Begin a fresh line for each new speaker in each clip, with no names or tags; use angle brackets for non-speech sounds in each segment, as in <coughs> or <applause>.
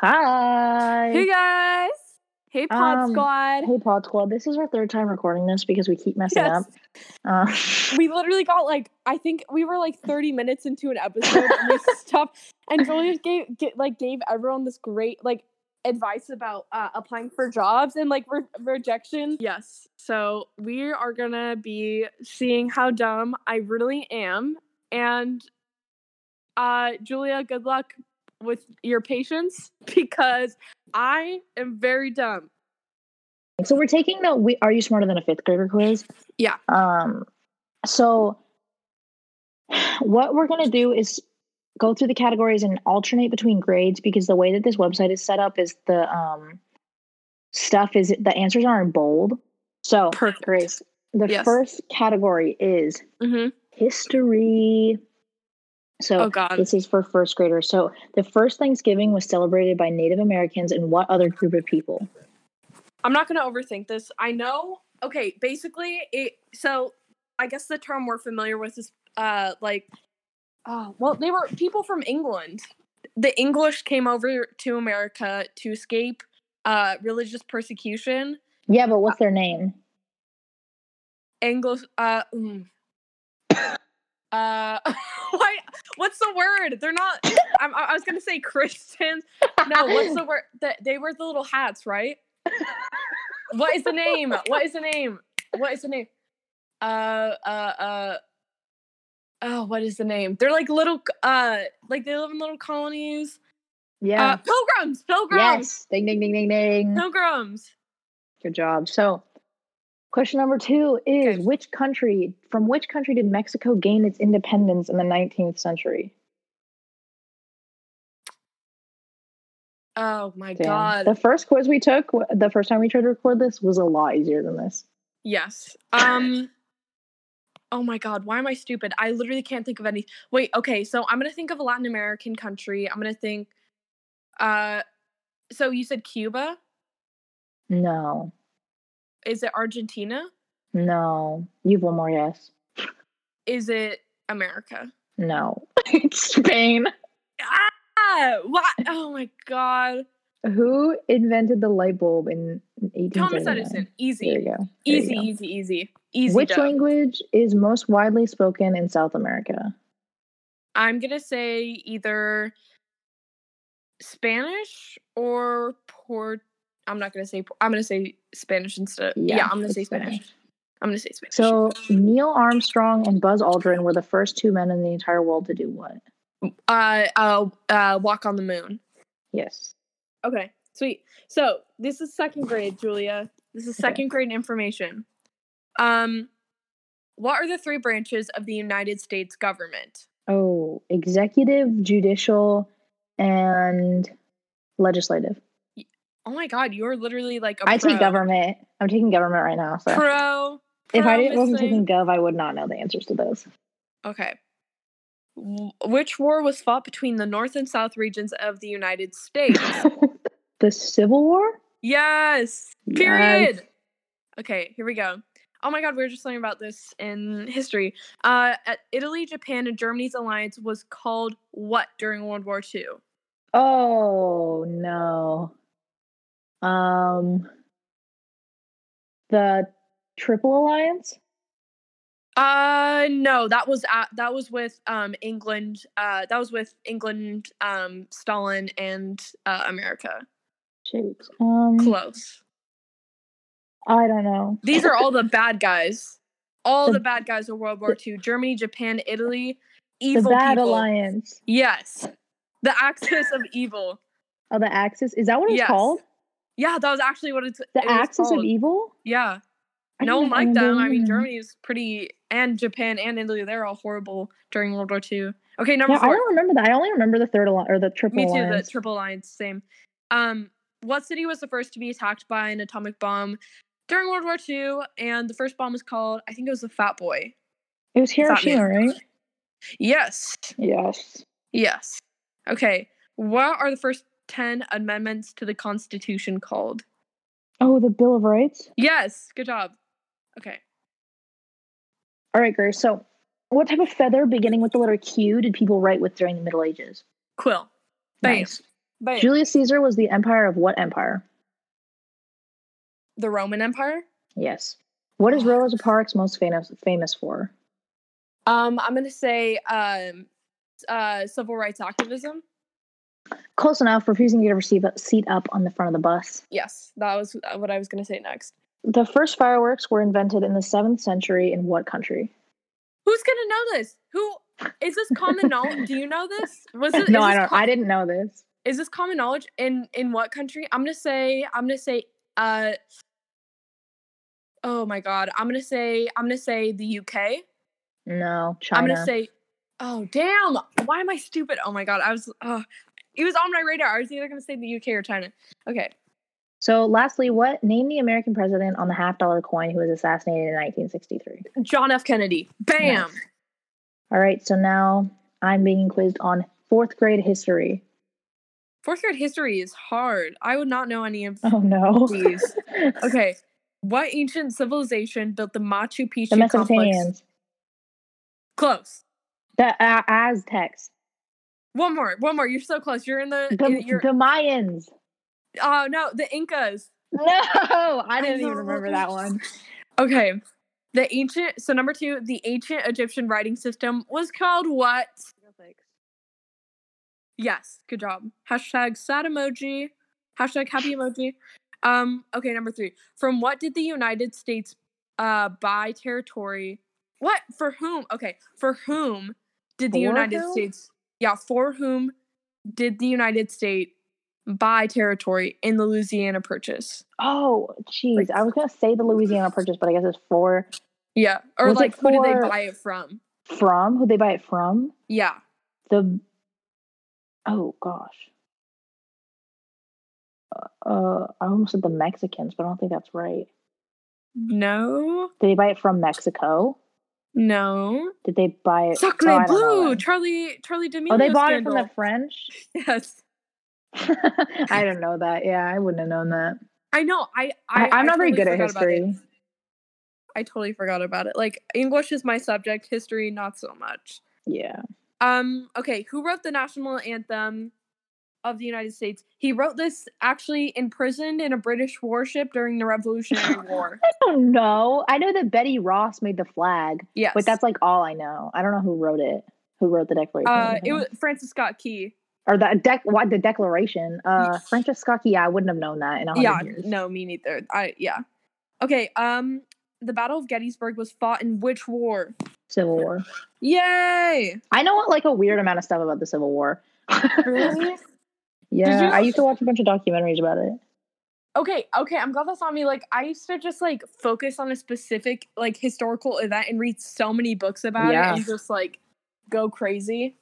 Hi.
Hey guys. Hey Pod
Um,
Squad. <laughs>
Hey, Pod Squad. This is our third time recording this because we keep messing
Yes.
up. Uh,
We literally got like I think we were like 30 minutes into an episode and <laughs> we stopped and Julia just gave get, like gave everyone this great like advice about uh, applying for jobs and like re- rejection. Yes. So we are going to be seeing how dumb I really am and uh Julia, good luck with your patience <laughs> because I am very dumb.
<laughs> so we're taking the we, "Are you smarter than a fifth grader?" quiz.
Yeah.
Um. So, what we're gonna do is go through the categories and alternate between grades because the way that this website is set up is the um stuff is the answers are in bold. So,
Perfect.
Grace, the
Yes.
first category is
Mhm.
history. So,
Oh god.
This is for first graders. So the first Thanksgiving was celebrated by Native Americans and what other group of people?
I'm not going to overthink this. I know. Okay, basically, it. So, I guess the term we're familiar with is uh like, oh well, they were people from England. The English came over to America to escape uh religious persecution.
Yeah, but what's their name?
Anglo. Uh. mm. <coughs> Uh, <laughs> why? What's the word? They're not. I'm, I I was gonna say Christians. No, what's the word? That they wear the little hats, right? what is the name? What is the name? What is the name? Uh, uh, uh. Oh, what is the name? They're like little, uh, like they live in little colonies. Uh,
<laughs> yeah.
pilgrims, pilgrims,
yes. Ding ding ding ding ding.
pilgrims.
Good job. So question number two is
Okay.
which country from which country did Mexico gain its independence in the 19th century?
Oh my
Damn.
god.
The first quiz we took w- the first time we tried to record this was a lot easier than this. <laughs>
Yes. Um Oh my god, why am I stupid? I literally can't think of any. Wait, okay, so I'm going to think of a Latin American country. I'm going to think uh so you said Cuba?
No.
Is it Argentina?
No. You've one more yes.
Is it America?
No. <laughs> it's Spain.
Ah! What? Oh my god.
Who invented the light bulb in 1879?
Thomas Edison.
There you
Easy.
go. There you
Easy,
go.
easy, easy. Easy.
Which
dub.
language is most widely spoken in South America?
I'm going to say either Spanish or Port I'm not going to say Por- I'm going to say Spanish instead. Yeah, I'm going to
it's
say Spanish. I'm gonna say Spanish.
So Neil Armstrong and Buzz Aldrin were the first two men in the entire world to do what?
uh, uh, uh, walk on the moon.
Yes.
Okay, sweet. So this is second grade, Julia. This is
Okay.
second grade information. Um, what are the three branches of the United States government?
Oh, executive, judicial, and legislative.
Oh my God, you're literally like a
I
pro.
take government. I'm taking government right now. So
Pro.
if I
pro
didn't, wasn't
missing-
taking gov, I would not know the answers to those. <laughs>
okay. W- Which war was fought between the North and South regions of the
<laughs>
United States?
the Civil War.
Yes.
Yes.
Period. Okay, here we go. Oh my god, we were just learning about this in history. Uh, at Italy, Japan, and Germany's alliance was called what during World War II?
Oh no. Um the Triple Alliance?
Uh, no, that was at, that was with um England. Uh, that was with England, um, Stalin, and uh, America.
Shoot. Um
Close.
I don't know.
These are all the bad guys. All
The-
the bad guys of World War II: Germany, Japan, Italy.
The
Evil
Bad
people.
Alliance.
Yes, the axis of evil.
Oh, the Axis. Is that what it's
Yes.
called?
Yeah, that was actually what it's
The
it was
Axis of
called.
Evil?
Yeah.
I
no
didn't
one liked
remember
them. I mean,
either.
Germany is pretty, and Japan and Italy, they're all horrible during World War II. Okay, number
Yeah, I
four.
don't remember that. I only remember the third alliance or the triple
Me too,
alliance.
the Triple Alliance, same. Um, what city was the first to be attacked by an atomic bomb during World War II? And the first bomb was called, I think it was the Fat Boy.
it was
that
Hiroshima, right?
Yes.
Yes.
Yes. Okay. What are the first 10 amendments to the Constitution called?
Oh, the Bill of Rights?
Yes. Good job. Okay.
All right, Grace. So what type of feather beginning with the letter Q did people write with during the Middle Ages?
Quill. Bam.
Nice.
But
Julius Caesar was the empire of what empire?
the Roman Empire.
Yes. What
Oh.
is Rosa Parks most famous famous for?
Um, I'm gonna say um, uh, civil rights activism.
Close enough, refusing to receive a seat up on the front of the bus.
Yes, that was uh, what I was gonna say next.
The first fireworks were invented in the 7th century in what country?
Who's gonna know this? Who is this
<laughs>
common knowledge? Do you know this? Was it,
no,
is
I
this
don't.
com-
I didn't know this.
Is this common knowledge in in what country? I'm gonna say. I'm gonna say. Uh. Oh my god! I'm gonna say. I'm gonna say the UK.
No, China.
I'm gonna say. Oh damn! Why am I stupid? Oh my god! I was. Oh, it was on my radar. I was either gonna say the UK or China. Okay.
so, lastly, what name the American president on the half dollar coin who was assassinated in 1963?
John F. Kennedy. Bam.
All right, so now I'm being quizzed on fourth grade history. <laughs>
Fourth grade history is hard. I would not know any of
Oh no. <laughs>
these. Okay. What ancient civilization built the Machu Picchu
the
complex?
Mesopotamians,
Close.
the uh, Aztecs,
One more. One more. You're so close. You're in the.
the,
you're.
the Mayans.
Oh no, the Incas.
No, I
I
didn't
know.
even remember that one.
Okay. The ancient. So number two, the ancient Egyptian writing system was called what? Yes. Good job. Hashtag sad emoji. Hashtag happy emoji. Um. Okay. Number three. From what did the United States uh buy territory? What for whom? Okay. For whom did the
For
United
whom?
States? Yeah. For whom did the United States buy territory in the Louisiana Purchase?
Oh, jeez. I was gonna say the Louisiana Purchase, but I guess it's for
Yeah. Or
Was it
like who did they
for-
buy it from?
from who they buy it from.
Yeah.
The oh gosh. Uh, I almost said the Mexicans, but I don't think that's right.
No.
Did they buy it from Mexico?
No.
Did they buy it?
Suck
oh,
me
I don't know
blue.
that.
Charlie Charlie D'Amelio
Oh, they bought
scandal.
it from the French. <laughs>
<laughs> Yes.
I don't know that. Yeah, I wouldn't have known that.
I know. I, I
I, I am not very
totally
good at
forgot about it.
history.
I totally forgot about it. Like English is my subject, history not so much.
Yeah.
Um okay, who wrote the national anthem of the United States? He wrote this actually imprisoned in a British warship during the
<laughs>
Revolutionary War.
I don't know. I know that Betty Ross made the flag,
Yes.
but that's like all I know. I don't know who wrote it. Who wrote the Declaration?
uh
of
it was Francis Scott Key.
Independence. or the dec what the Declaration. Uh, Francis Scott Key. Yeah, I wouldn't have known that in a hundred
Yeah,
years.
no, me neither. I yeah. Okay, um the Battle of Gettysburg was fought in which war?
Civil War.
Yay!
I know like a weird amount of stuff about the Civil War. <laughs> yeah,
you-
I used to watch a bunch of documentaries about it.
okay, okay, I'm glad that's on me. Like I used to just like focus on a specific like historical event and read so many books about
Yeah.
it and just like go crazy.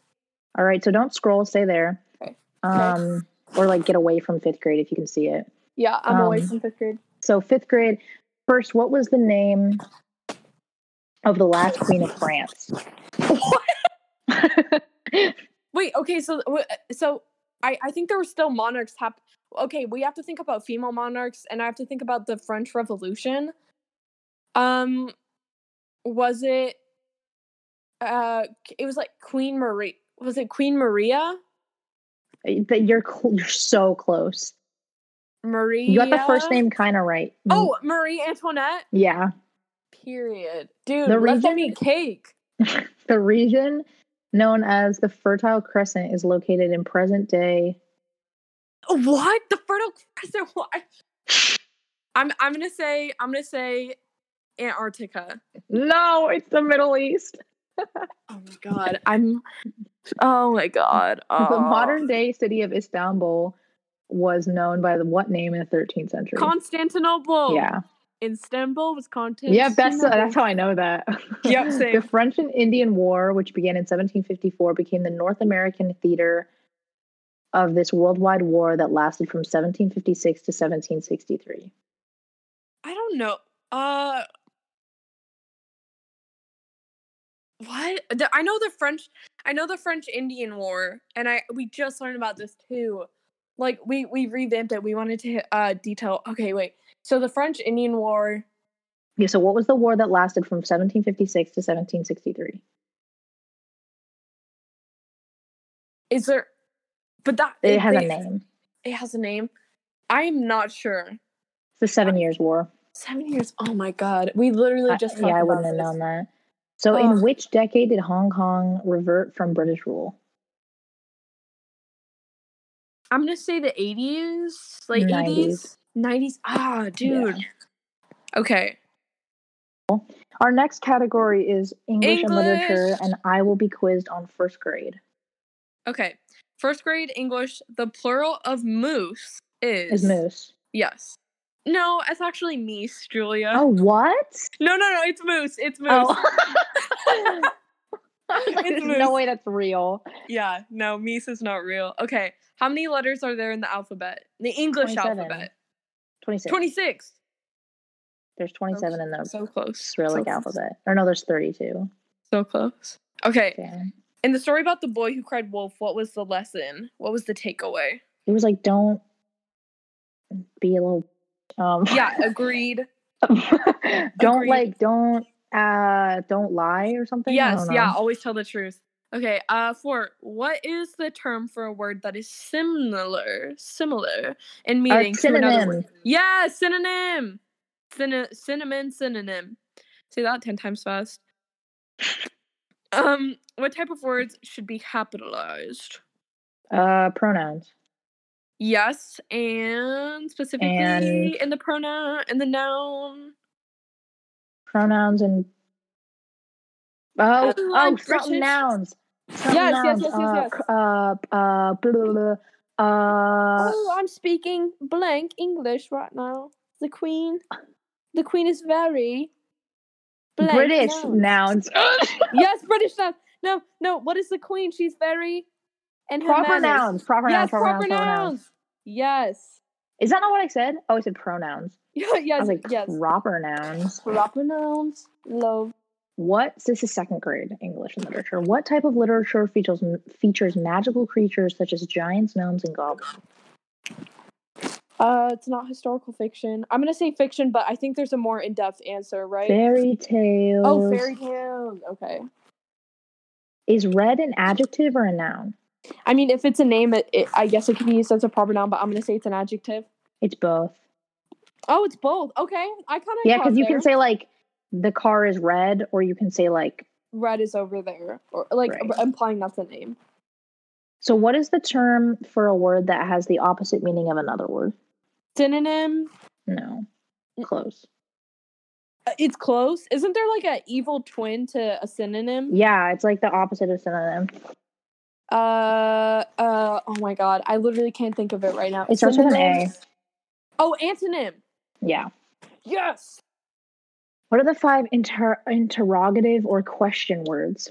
All right, so don't scroll. Stay there.
Okay.
Um, or like get away from fifth grade if you can see it.
Yeah, I'm away
Um,
from fifth grade.
So fifth grade. First, what was the name of the last queen of France?
Wait, okay, so w- uh, so I I think there were still monarchs hap- Okay, we have to think about female monarchs and I have to think about the French Revolution. Um was it uh it was like Queen Marie was it Queen Maria?
<laughs> That you're cl- you're so close.
Maria
You got the first name kind of right. Mm,
Oh, Marie Antoinette.
yeah.
Period. Dude,
The
let them
reason-
eat cake.
The region known as the Fertile Crescent is located in present day.
What? The Fertile Crescent? What? I'm I'm gonna say I'm gonna say Antarctica.
No, it's the Middle East.
Oh my god. I'm <laughs> Oh my god.
The
Oh.
modern day city of Istanbul was known by the, what name in the 13th century?
Constantinople.
yeah.
Istanbul was Constantinople.
Yeah, that's uh, that's how I know that.
<laughs> Yep, same.
the French and Indian War, which began in 1754, became the North American theater of this worldwide war that lasted from 1756 to 1763.
I don't know. Uh What? The- I know the French I know the French Indian War and I we just learned about this too. Like we we revamped it. We wanted to uh detail. Okay, wait. So the French Indian War
Yeah, so what was the war that lasted from 1756 to 1763?
is there But that
It has a
they-
name.
It has a name. I am not sure.
It's the Seven Years' War.
Seven years. Oh my god. We literally
I-
just talked
yeah, I
about
wouldn't have
this.
known that. So,
Ugh.
in which decade did Hong Kong revert from British rule?
I'm gonna say the 80s, like
90s.
80s, 90s. Ah, dude. Okay.
Our next category is English, and literature,
English.
and I will be quizzed on first grade.
Okay. First grade English. The plural of moose is,
Is moose?
Yes. No, it's actually meese, Julia. <laughs>
Oh, what?
No, no, no. It's moose. It's moose.
Oh. <laughs> I was like,
It's
there's no
moose.
way that's real.
Yeah. No, meese is not real. Okay. How many letters are there in the alphabet? The English
27.
alphabet.
26.
26.
There's 27 in the
So close.
Cyrillic
so,
alphabet. Or no, there's 32.
So close. Okay.
Okay.
In the story about the boy who cried wolf, what was the lesson? What was
<laughs>
the takeaway?
It was like, don't be a little. Um,
Yeah, agreed.
<laughs> don't
Agreed.
like, don't, uh, don't lie or something. I
yes,
don't
yeah,
know.
always tell the truth. Okay, uh four. What is the term for a word that is similar similar in meaning to another word?
synonym.
Yeah, synonym. Syn- cinnamon synonym. Say that ten times fast. Um, what type of words should be capitalized?
Uh, pronouns.
Yes, and specifically
And-
in the pronoun in the noun.
Pronouns and. Oh,
Unlike
oh,
British-
something nouns. Something
Yes, yes,
nouns.
yes, yes,
uh,
yes.
c- Uh, uh, blah, blah, blah, uh,
oh, I'm speaking blank English right now. The Queen. The Queen is very blank
British
now.
nouns.
yes, British now. No, no. What is the Queen? She's very and her
proper
manners.
nouns. Proper
yes,
nouns. Proper, nouns. Proper nouns.
Yes. <laughs>
Is that not what I said? Oh, I said pronouns. I
yes.
was like
yes.
proper nouns.
Proper nouns. Love.
What? This is second grade English and literature. What type of literature features features magical creatures such as giants, gnomes, and goblins?
Uh, it's not historical fiction. I'm gonna say fiction, but I think there's a more in-depth answer, right?
Fairy tales.
Oh, fairy tales. Okay.
Is red an adjective or a noun?
I mean, if it's a name, it, it, I guess it can be used as a proper noun, but I'm gonna say it's an adjective.
It's both.
Oh, it's both. Okay, I kind of
Yeah, because you can say like the car is red, or you can say like.
red is over there, or like
Right.
r- implying that's a name.
So, what is the term for a word that has the opposite meaning of another word?
Synonym.
No, close.
uh, It's close. Isn't there like a evil twin to a synonym?
Yeah, it's like the opposite of synonym.
Uh, uh. Oh my god, I literally can't think of it right now.
It starts with an
Synonym-
A.
Oh, antonym.
Yeah.
Yes.
What are the five inter- interrogative or question words?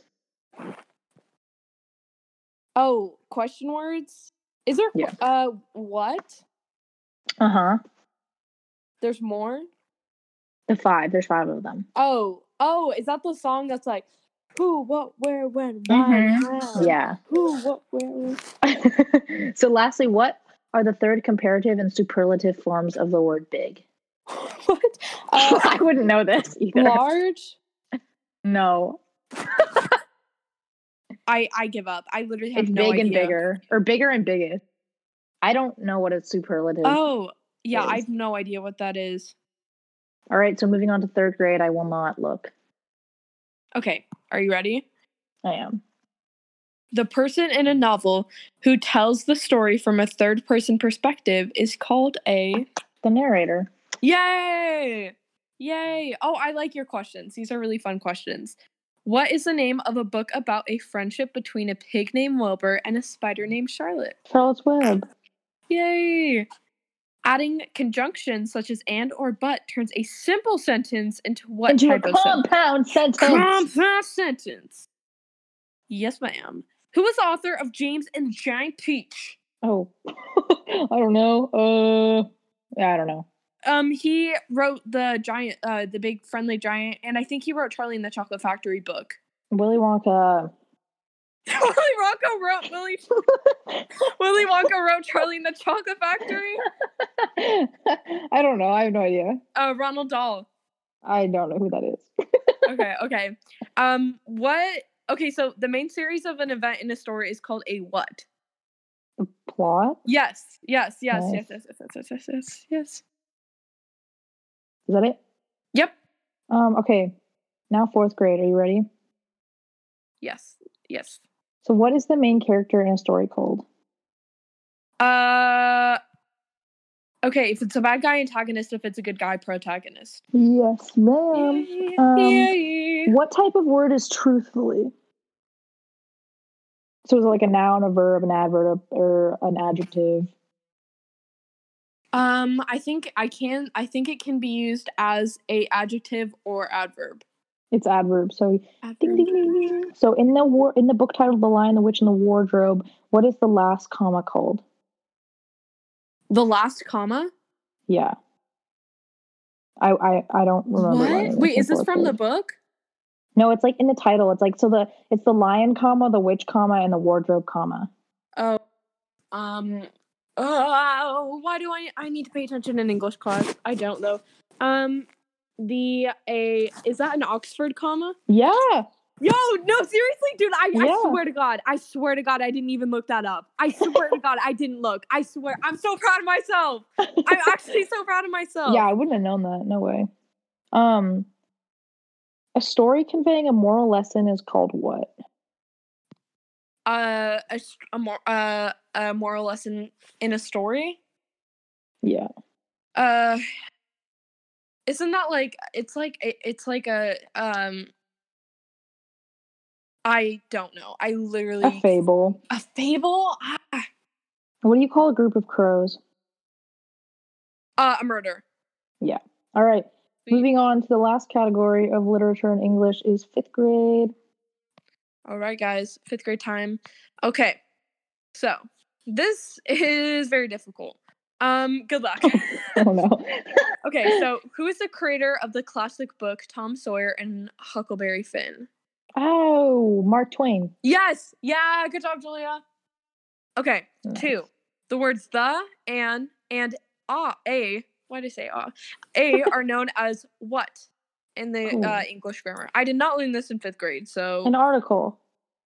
Oh, question words. Is there? qu-
Yeah.
Uh, what?
Uh huh.
There's more.
The five. There's five of them.
Oh, oh, is that the song that's like who, what, where, when, why,
Mhm.
how?
Yeah. <laughs>
Who, what, where, when?
so, lastly, what are the third comparative and superlative forms of the word big?
<laughs> what? Uh,
<laughs> I wouldn't know this either.
large.
No,
I I give up. I literally have
it's
no
big and
idea.
bigger, or bigger and biggest. I don't know what a superlative.
Oh, yeah, I
is.
have no idea what that is.
All right, so moving on to third grade, I will not look.
Okay, are you ready?
I am.
The person in a novel who tells the story from a third person perspective is called a
The narrator.
Yay! Yay! Oh, I like your questions. These are really fun questions. What is the name of a book about a friendship between a pig named Wilbur and a spider named Charlotte?
Charlotte's Web.
Yay! Adding conjunctions such as and or but turns a simple sentence into what
Into a
type of sentence?
compound sentence.
Compound sentence. Yes, ma'am. Who is the author of James and the Giant Peach?
Oh, <laughs> I don't know. Uh, yeah, I don't know.
Um, he wrote the giant, uh, the big friendly giant, and I think he wrote Charlie and the Chocolate Factory book. <laughs>
Willy Wonka. <laughs>
Willy Wonka wrote Willy. Willy Wonka wrote Charlie and the Chocolate Factory.
I don't know. I have no idea.
Uh, Ronald Dahl.
I don't know who that is.
Okay, okay. Um, what? Okay, so the main series of an event in a story is called a what?
plot?
Yes, yes, yes,
Nice.
yes, yes, yes, yes, yes, yes, yes.
Is that it?
Yep.
Um, okay. Now fourth grade. Are you ready?
Yes. Yes.
So what is the main character in a story called?
Uh Okay, if it's a bad guy antagonist, if it's a good guy protagonist.
Yes, ma'am.
Yay,
um,
yay.
What type of word is truthfully? So is it like a noun, a verb, an adverb, or an adjective?
Um, I think I can I think it can be used as a adjective or adverb.
It's adverb. So ding, ding,
Adverb.
ding, ding. So in the war, in the book titled "The Lion, the Witch, and the Wardrobe," what is the last comma called?
The last comma?
Yeah. I I, I don't remember.
What?
writing
Wait, is this from the
unfortunately.
book?
No, it's like in the title. It's like so the it's the lion comma, the witch comma, and the wardrobe comma.
Oh. Um Oh, why do I I need to pay attention in English class? I don't though. Um the a is that an Oxford comma? <laughs>
Yeah.
Yo, no, seriously, dude. I,
Yeah.
I swear to God. I swear to God, I didn't even look that up. I swear to God, I didn't look. I swear. I'm so proud of myself. I'm actually so proud of
<laughs>
myself.
Yeah, I wouldn't have known that. No way. Um, a story conveying a moral lesson is called what?
Uh, a, s- a, mor- uh, a moral lesson in a story.
Yeah.
Uh, isn't that like it's like it- it's like a um. I don't know. I literally
A fable.
A fable. Ah,
What do you call a group of crows?
Uh, a murder.
All right.
Sweet.
Moving on to the last category of literature and English is fifth grade. <laughs>
All right, guys, fifth grade time. Okay, so this is very difficult. Um,
<laughs>
good luck.
I don't know.
okay, so who is the creator of the classic book Tom Sawyer and Huckleberry Finn?
<laughs> oh, Mark Twain.
Yes, yeah, good job, Julia. Okay,
Nice.
two. The words the and and ah a. Why did I say ah? A
<laughs>
are known as what in the
Cool.
uh, English grammar. I did not learn this in fifth grade, so
An article.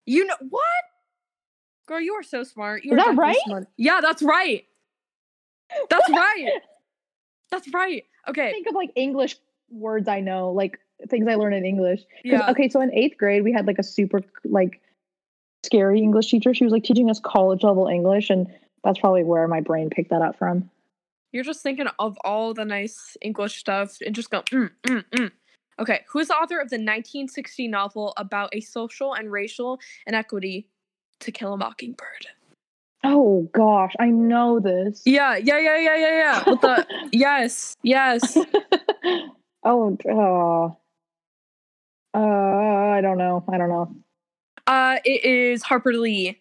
You know what? Girl, you are so smart. You
Is
are
that
definitely
right?
smart. Yeah, that's right. That's right.
<laughs>
That's right.
I
Okay.
think of like English words I know, like things I learn in English. 'Cause,
Yeah.
Okay, so in eighth grade, we had like a super like scary English teacher. She was like teaching us college level English, and that's probably where my brain picked that up from.
You're just thinking of all the nice English stuff and just go, mm, mm, mm. Okay. Who is the author of the 1960 novel about a social and racial inequity to kill a mockingbird?
Oh gosh, I know this.
Yeah, yeah, yeah, yeah, yeah, yeah. With the <laughs> yes, yes.
<laughs> oh, d- uh, uh, I don't know. I don't know.
Uh it is Harper Lee.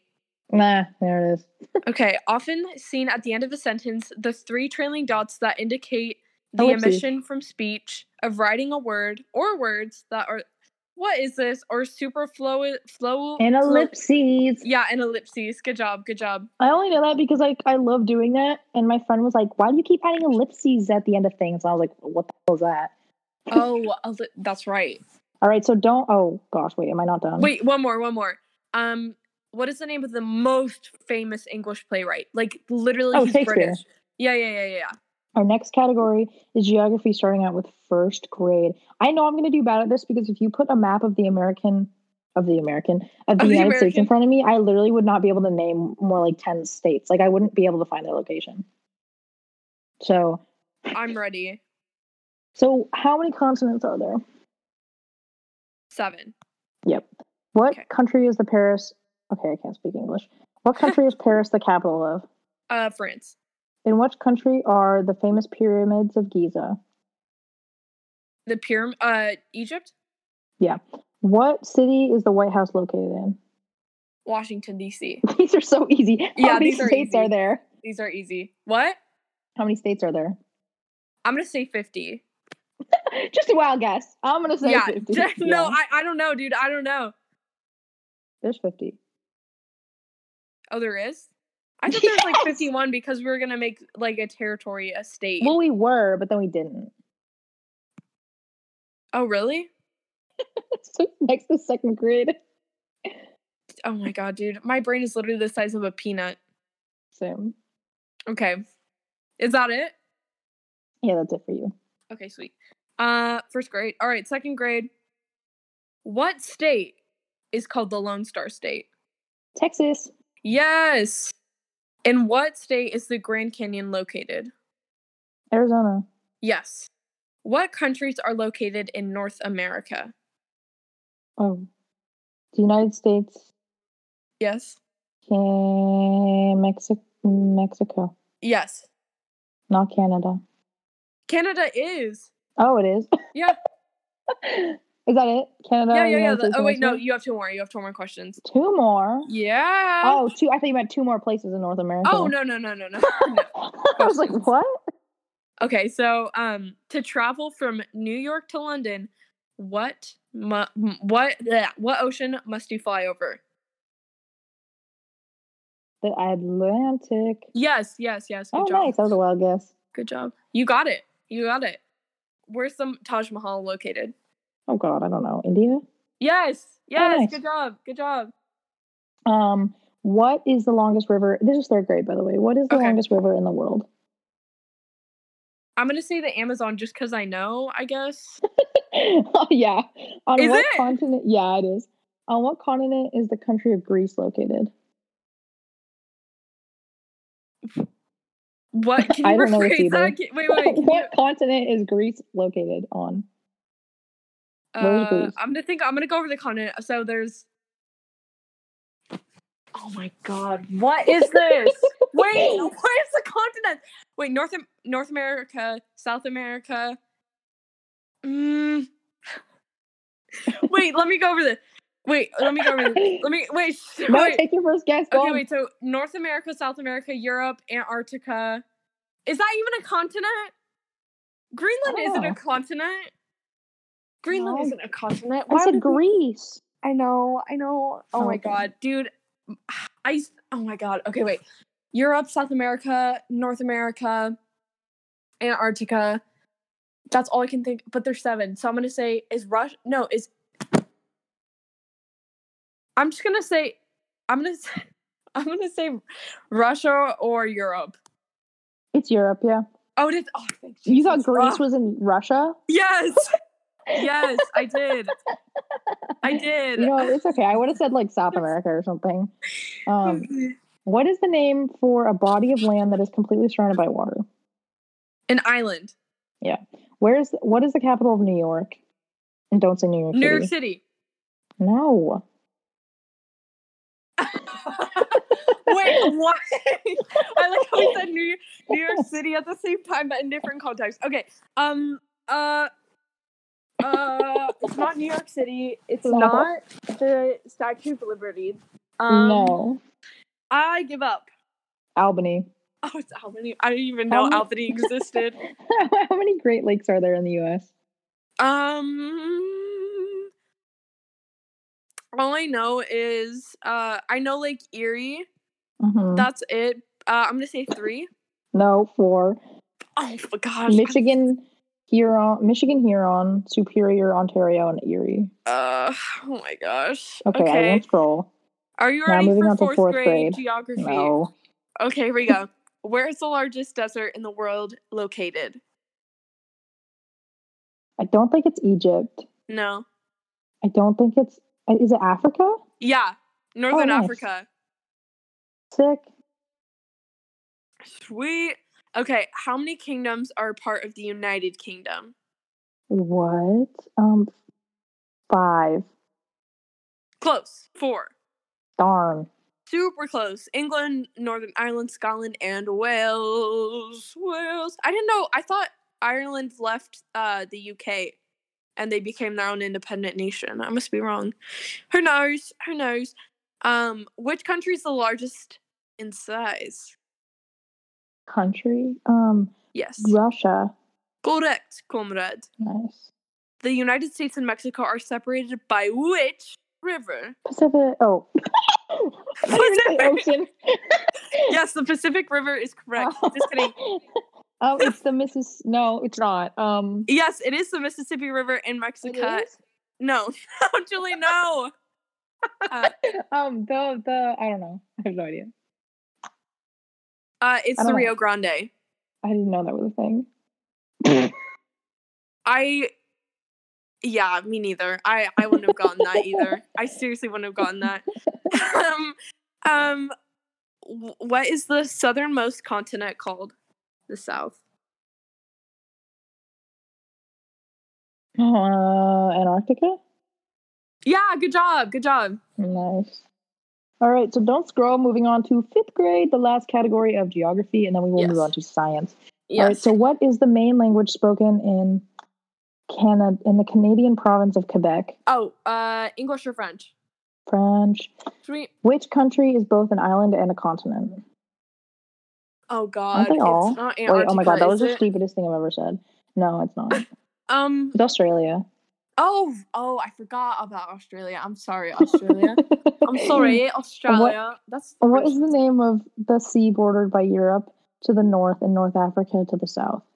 Nah, there it is.
Okay, often seen at the end of a sentence, the three trailing dots that indicate the
Ellipses.
omission from speech of writing a word or words that are what is this or superfluous flow
And
flo-
ellipses.
yeah, and ellipses. Good job,
<laughs>
good job.
I only know that because I I love doing that, and my friend was like, "Why do you keep adding ellipses at the end of things?" And I was like, "What the hell is that?"
Oh, elli- that's right.
All right, so don't. Oh gosh, wait, am I not done?
Wait, one more, one more. Um, what is the name of the most famous English playwright? Like literally,
Oh,
he's
Shakespeare.
British. Yeah, yeah, yeah, yeah. yeah.
Our next category is geography, starting out with first grade. I know I'm going to do bad at this because if you put a map of the American, of the American, of the
Of the
United States in
American.
front of me, I literally would not be able to name more like 10 states. Like, I wouldn't be able to find their location. So,
I'm ready.
so how many continents are there?
Seven.
Yep. What
Okay.
country is the Paris? Okay, I can't speak English.
<laughs>
What country is Paris the capital of?
Uh, France.
In which country are the famous pyramids of Giza?
The pyramid. Uh, Egypt.
What city is the White House located in? <laughs>
Washington D.C.
These are so easy. How
Yeah,
many
these are
states
easy.
are there?
These are easy. What?
How many states are there? <laughs>
I'm gonna say 50.
Just a wild guess. I'm gonna say
yeah.
50. <laughs>
just- <laughs> No,
Yeah,
I, I don't know, dude. I don't know.
there's 50.
Oh, there is? I thought there was
<laughs> Yes!
like 51 because we were gonna make like a territory, a state.
Well, we were, but then we didn't. <laughs>
oh, really?
so next to second grade.
Oh my god, dude. My brain is literally the size of a peanut.
Same.
Okay. Is that it?
Yeah, that's it for you.
Okay, sweet. Uh first grade. All right, second grade. What state is called the Lone Star State?
Texas,
Yes. In what state is the Grand Canyon located?
Arizona,
Yes. What countries are located in North America?
oh, the United States,
Yes.
Can- Mexico, Mexico,
Yes.
not Canada.
Canada is.
Oh, it is.
Yeah.
<laughs> is that it? Canada.
yeah, yeah, yeah.
United
The-
States,
oh
and
wait, no,
Mexico?
you have two more. You have two more questions.
Two more.
Yeah.
Oh, two. I thought you meant two more places in North America.
Oh, no, no, no, no, no. <laughs> no.
<laughs> I was like, what?
Okay, so um, to travel from New York to London, what mu- m- what bleh, what ocean must you fly over?
The Atlantic.
Yes, yes, yes. Good
Oh,
job.
nice. That was a wild guess.
Good job. You got it. You got it. Where's the Taj Mahal located?
Oh God, I don't know. India.
Yes. Yes.
Oh, nice.
Good job. Good job.
Um, what is the longest river? This is third grade, by the way. What is the
Okay.
longest river in the world?
I'm gonna say the Amazon just because I know. I guess.
oh, <laughs> yeah. On
Is
what
it?
continent? Yeah, it is. On what continent is the country of Greece located? <laughs>
What? Can you
I don't know this
rephrase
either.
that? Can- wait,
<laughs>
wait. wait, Can you,
what continent is Greece located on? Where's
uh,
Greece?
I'm gonna think. I'm gonna go over the continent. So there's. Oh my God! What is this? Wait, where's the continent? Wait, North Am- North America, South America. Mm. wait, let me go over this. Wait, let me go over this. Let me wait. sh-
No,
wait.
take your first guess. Go
Okay,
on.
wait. So North America, South America, Europe, Antarctica. Is that even a continent? Greenland
I don't
isn't a
know.
continent. Greenland
No.
isn't a continent.
I said
would we-
Greece.
I know. I know. Oh my
Okay.
god, dude. <sighs> I. s- Oh my god. Okay, wait. Europe, South America, North America, Antarctica. That's all I can think. But there's seven. So I'm gonna say is Russia. No, is. I'm just gonna say. I'm gonna. <laughs> Say, I'm gonna say Russia or Europe.
It's Europe, yeah.
Oh, it is. Oh, thank
You thought
Jesus.
Greece
Ah,
was in Russia?
Yes. yes, I did. I did.
You know,
<laughs>
it's okay. I would have said like South America or something. Um, what is the name for a body of land that is completely surrounded by water?
An island.
Where is what is the capital of New York? And don't say New York.
New York
City.
City.
No.
<laughs>
<laughs>
Wait, what? <laughs> I like how we said New York, New York City at the same time, but in different contexts. Okay. Um. Uh. Uh. It's not New York City. It's
No.
not the Statue of Liberty. Um,
no.
I give up. <laughs>
Albany.
Oh, it's Albany. I didn't even know
Albany. <laughs>
Albany existed.
How many Great Lakes are there in the U.S.?
Um. All I know is uh I know Lake Erie.
Mhm.
That's it. Uh, I'm gonna say three.
No, four.
Oh my gosh.
Michigan, Huron, Michigan, Huron, Superior, Ontario, and Erie.
Uh, oh my gosh.
Okay,
Okay.
I won't scroll.
Are you
now
ready
moving
for
on to
fourth,
fourth
grade,
grade.
geography?
No.
Okay, here we go. Where is the largest desert in the world located?
I don't think it's Egypt.
No.
I don't think it's. Is it Africa?
Yeah, Northern
Oh, nice.
Africa.
Sick.
Sweet. Okay, how many kingdoms are part of the United Kingdom?
What? Um, five.
Close. Four.
Darn.
Super close. England, Northern Ireland, Scotland, and Wales. Wales. I didn't know. I thought Ireland left uh, the UK and they became their own independent nation. I must be wrong. Who knows? Who knows? Um, which country is the largest in size?
Country. Um,
Yes.
Russia.
Correct, comrade.
Nice.
The United States and Mexico are separated by which river?
Pacific. Oh. <laughs> I didn't even say ocean.
Yes, the Pacific River is correct.
<laughs>
Just kidding.
Oh, it's the Missis. No, it's not. Um,
Yes, it is the Mississippi River in
it
Mexico.
is?
No, <laughs> no, Julie, no.
um, the the I don't know. I have no idea.
Uh, it's
I
the
don't-
Rio Grande.
I didn't know that was a thing. <laughs>
I. Yeah, me neither. I I wouldn't have gotten that either. I seriously wouldn't have gotten that. <laughs> um, um, w- what is the southernmost continent called? The South.
Uh, Antarctica?
Yeah, good job, good job.
Nice. All right, so don't scroll. Moving on to fifth grade, the last category of geography, and then we will
Yes.
move on to science.
Yes.
All right, so what is the main language spoken in Canada, in the Canadian province of Quebec?
oh, uh, English or French?
French.
Should we-
Which country is both an island and a continent?
Oh God,
they all?
it's not
Wait,
Antarctica.
oh my god, that was
is
the
it?
stupidest thing I've ever said. No, it's
<laughs>
not. It's
Um.
Australia.
Oh. Oh, I forgot about Australia. I'm
<laughs>
sorry, Australia. I'm sorry, Australia. That's
What is the name of the sea bordered by Europe to the north and North Africa to the south? <laughs>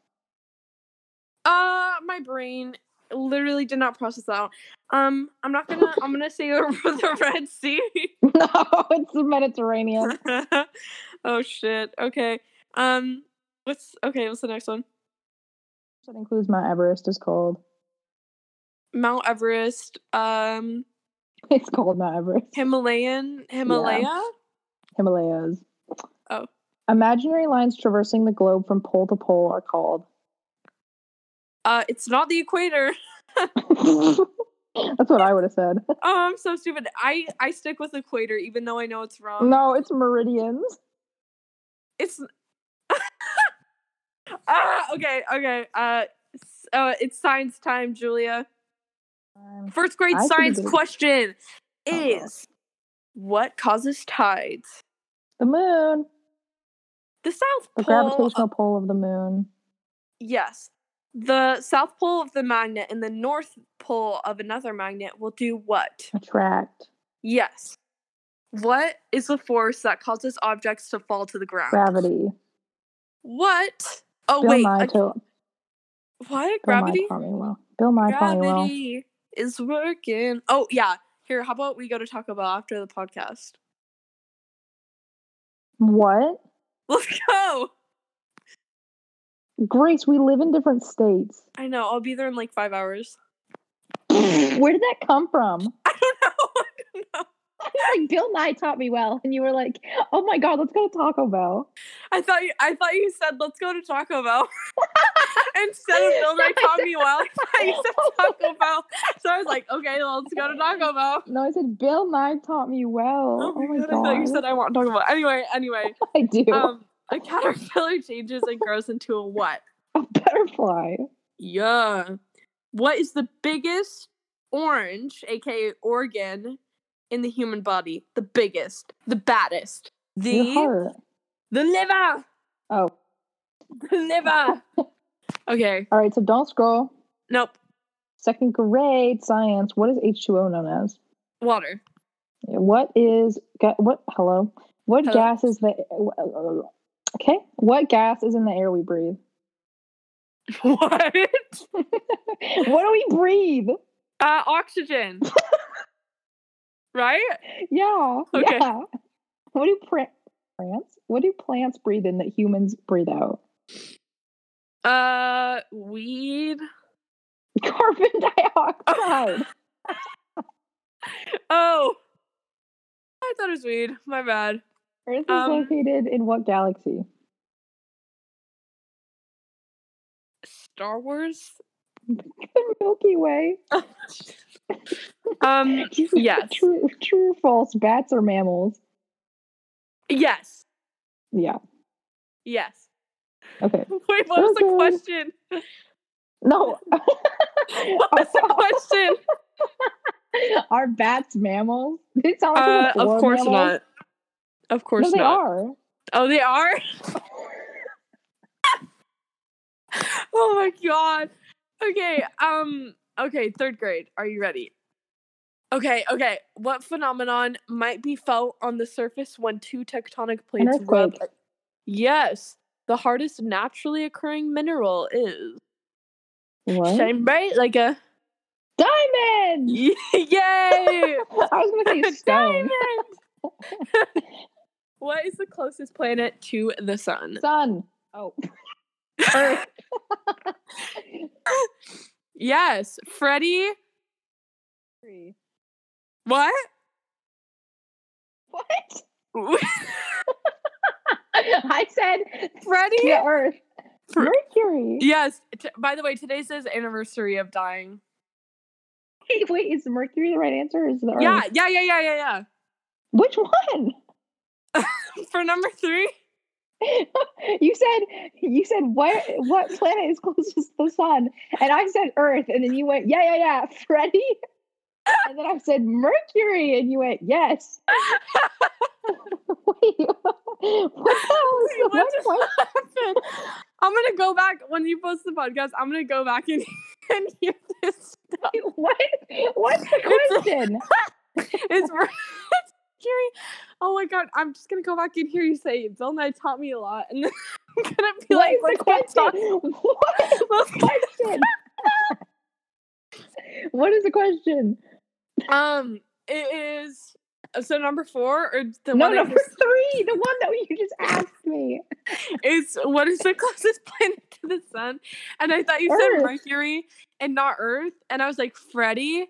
Uh, my brain literally did not process that. Um, I'm not gonna. I'm gonna say <laughs> the, the Red Sea. <laughs>
no, it's the Mediterranean.
oh shit. Okay. Um. What's okay? What's the next one?
That includes Mount Everest is cold. <laughs>
Mount Everest. Um.
It's called Mount Everest.
Himalayan. Himalaya.
Himalayas.
Oh.
Imaginary lines traversing the globe from pole to pole are called. <laughs>
Uh, it's not the equator. <laughs>
That's what I would have said.
Oh, I'm so stupid. I I stick with equator, even though I know it's wrong.
No, it's meridians.
it's. <laughs> ah, okay, okay. Uh, s- uh, it's science time, Julia.
Um,
First grade
I should've
science
did it.
question
Oh, God.
is what causes tides?
The moon.
The South
The
Pole. uh
gravitational pull of the moon.
yes. The South Pole of the magnet and the North Pole of another magnet will do what?
Hmm. Attract.
Yes. What is the force that causes objects to fall to the ground?
Gravity.
What? Oh,
Bill
wait.
Nye
I-
to
what?
Bill Nye
Gravity?
taught me well. Bill Nye taught me well.
Gravity is working. Oh, yeah. Here, how about we go to Taco Bell after the podcast? <laughs>
What?
Let's go.
Grace, we live in different <laughs> states.
I know. I'll be there in like five hours.
Where did that come from?
I don't know. I don't know.
Like Bill Nye taught me well, and you were like, "Oh my God, let's go to Taco Bell."
<laughs> I thought you. I thought you said let's go to Taco Bell <laughs> instead of
<laughs>
Bill Nye taught me well. <laughs> I thought you said Taco Bell, so I was like, okay, let's go
<laughs>
to Taco Bell.
No, I said Bill Nye taught me well. Oh,
<laughs>
my God,
I thought you said I want Taco Bell. Anyway,
<laughs>
anyway,
I, do.
um, a caterpillar <laughs> changes and grows into a what?
a butterfly.
Yeah. What is the biggest orange, aka organ, in the human body? The biggest, the baddest,
Your
the
heart.
the liver,
Oh,
the liver. <laughs> Okay.
all right. So don't scroll.
Nope.
Second grade science. What is H two O known as?
Water.
What is ga- what? Hello. What
Hello.
gas is the? Okay. What gas is in the air we breathe?
<laughs>
<laughs>
What?
what do we breathe?
Uh, oxygen. <laughs> right?
Yeah.
Okay.
Yeah. What do pra- plants? What do plants breathe in that humans breathe out? <laughs>
Uh, weed.
Carbon
<laughs>
dioxide.
Oh, I thought it was weed. My bad.
Earth is
Um,
located in what galaxy? <laughs>
Star Wars.
The Milky Way. <laughs>
um.
Jesus,
yes.
True, true or false? Bats are mammals.
Yes.
Yeah.
Yes. <laughs>
Okay.
Wait, what was the
Okay.
question?
No.
<laughs>
<laughs>
What was the question?
<laughs>
<laughs>
are bats mammals? <laughs> Did it sound like
Uh,
it was
of
four
course
mammals?
not. Of course
no, they
not.
are.
Oh, they are. <laughs> oh my god. Okay, um okay, 3rd grade. Are you ready? Okay, okay. What phenomenon might be felt on the surface when two tectonic plates rub?
earthquake.
Yes. The hardest naturally occurring mineral is
What?
shine bright
<laughs>
like a <laughs>
Diamond.
yay
<laughs>
<laughs>
I was gonna say stone.
diamond. <laughs> What is the closest planet to the sun?
Sun.
<laughs>
Oh. Earth.
Yes, Freddie. What?
<laughs>
<laughs>
What? I said
Freddie.
the Earth.
Fr-
Mercury.
Yes. T- by the way, today's his anniversary of dying.
Wait, wait, is Mercury the right answer? Or is the Earth?
Yeah, yeah, yeah, yeah, yeah,
Which one?
yeah. <laughs> For number three,
<laughs> you said you said what what planet is closest to the sun? And I said Earth, and then you went, yeah, yeah, yeah, <laughs> Freddy. And then I said Mercury, and you went, yes.
<laughs>
Wait, <laughs> what was the
Wait, what
one
just <laughs>
question?
happened. I'm gonna go back when you post the podcast. I'm gonna go back and, <laughs> and hear this. Stuff.
<laughs> What?
<laughs>
What's the
It's-
question?
<laughs> It's Mercury. Oh my god! I'm just gonna go back and hear you say it. Bill Nye taught me a lot, and then <laughs> I'm gonna be
What
<laughs> like,
is the question? What
let's get
<laughs> question? <laughs> What is the question?
<laughs> Um, it is so number four or the
No,
one I
number
just-
three, the one that you just asked me. <laughs>
is what is the <laughs> closest planet to the sun? And I thought you
Earth.
said Mercury and not Earth, and I was like Freddie.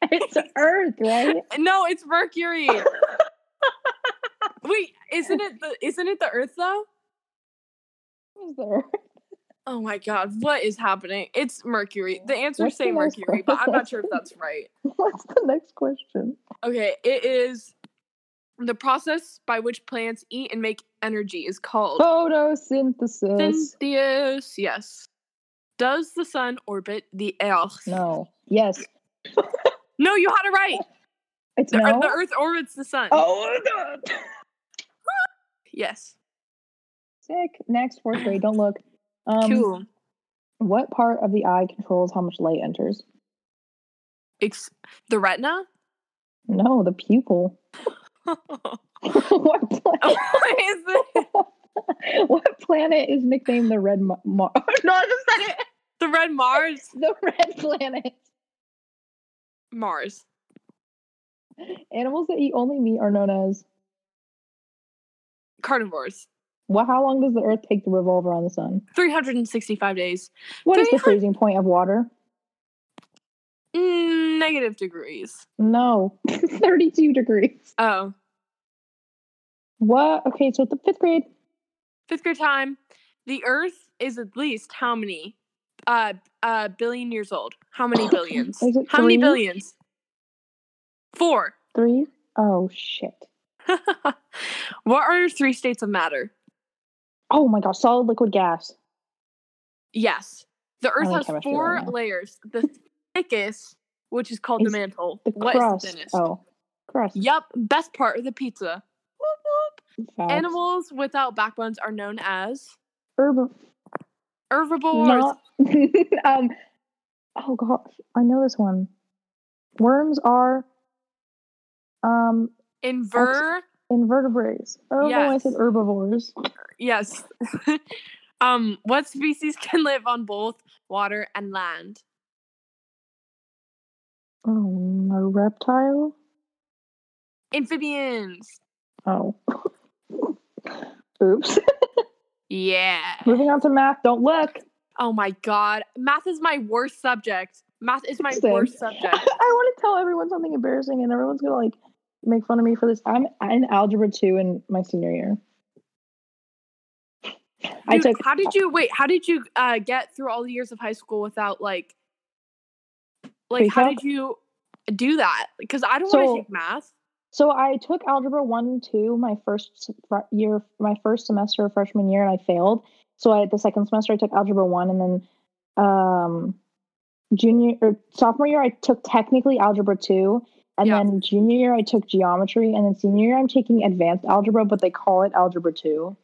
It's Earth,
<laughs>
right?
No, it's Mercury. Wait, isn't it the isn't it the Earth though?
Who's there?
Oh my God, what is happening? It's Mercury. The answers
What's the
say
most
Mercury, but I'm not sure if that's right.
<laughs> What's the next question?
Okay, it is the process by which plants eat and make energy is called
Oh, Photosynthesis.
Cynthius, yes. Does the sun orbit the Earth?
no. Yes.
No, you had it right.
It's
The,
no.
the Earth orbits the sun.
oh, God.
Yes.
Sick. Next, fourth grade. Don't look. Um,
cool.
What part of the eye controls how much light enters?
Ex- the retina? <laughs>
No, the pupil. <laughs>
what
what, planet,
is this?
<laughs> what planet is nicknamed the red Mars? <laughs> no, I just said it. <laughs>
The red Mars?
The red planet.
Mars.
Animals that eat only meat are known as.
Carnivores.
Well, how long does the Earth take to revolve around the sun?
365 days.
What is the
300
freezing point of water?
Mm, negative degrees.
No, <laughs> 32 degrees.
Oh.
What? Okay, so the fifth grade.
Fifth grade time. The Earth is at least how many? Uh, uh, billion years old. How
<coughs>
many billions?
Is it
how many
three?
billions? Four. <laughs>
Three. Oh, shit.
what are three states of matter?
Oh my gosh, solid, liquid, gas.
Yes. The Earth
like
has
Oh, chemistry
four
right now.
layers.
<laughs>
The thickest, which is called
Is
the mantle.
The
What is
crust.
the thinnest?
oh, crust.
Yup. Best part of the pizza. Whoop, whoop.
Facts.
Animals without backbones are known as
Herb-
herbivores.
not, <laughs> um, oh gosh, I know this one. Worms are um
Inver.
invertebrates. Oh no, I
Yes.
said herbivores.
Yes. <laughs> um. What species <laughs> can live on both water and land?
Oh, a reptile. Amphibians. Oh. <laughs> Oops. <laughs>
Yeah.
Moving on to math. Don't look.
Oh my God. Math is my worst subject. Math is my
Same.
worst
<laughs>
subject.
I want to tell everyone something embarrassing, and everyone's gonna like make fun of me for this. I'm in algebra two in my senior year. I
Dude,
took
How did you wait? How did you uh, get through all the years of high school without like, like
Wait,
how
how-
did you do that? Because I don't
So-
want to take math.
so I took algebra one and two my first s- fr- year, my first semester of freshman year, and I failed. So I the second semester I took algebra one, and then um junior or sophomore year I took technically algebra two. And
Yeah.
then junior year I took geometry, and then senior year I'm taking advanced algebra, but they call it algebra two.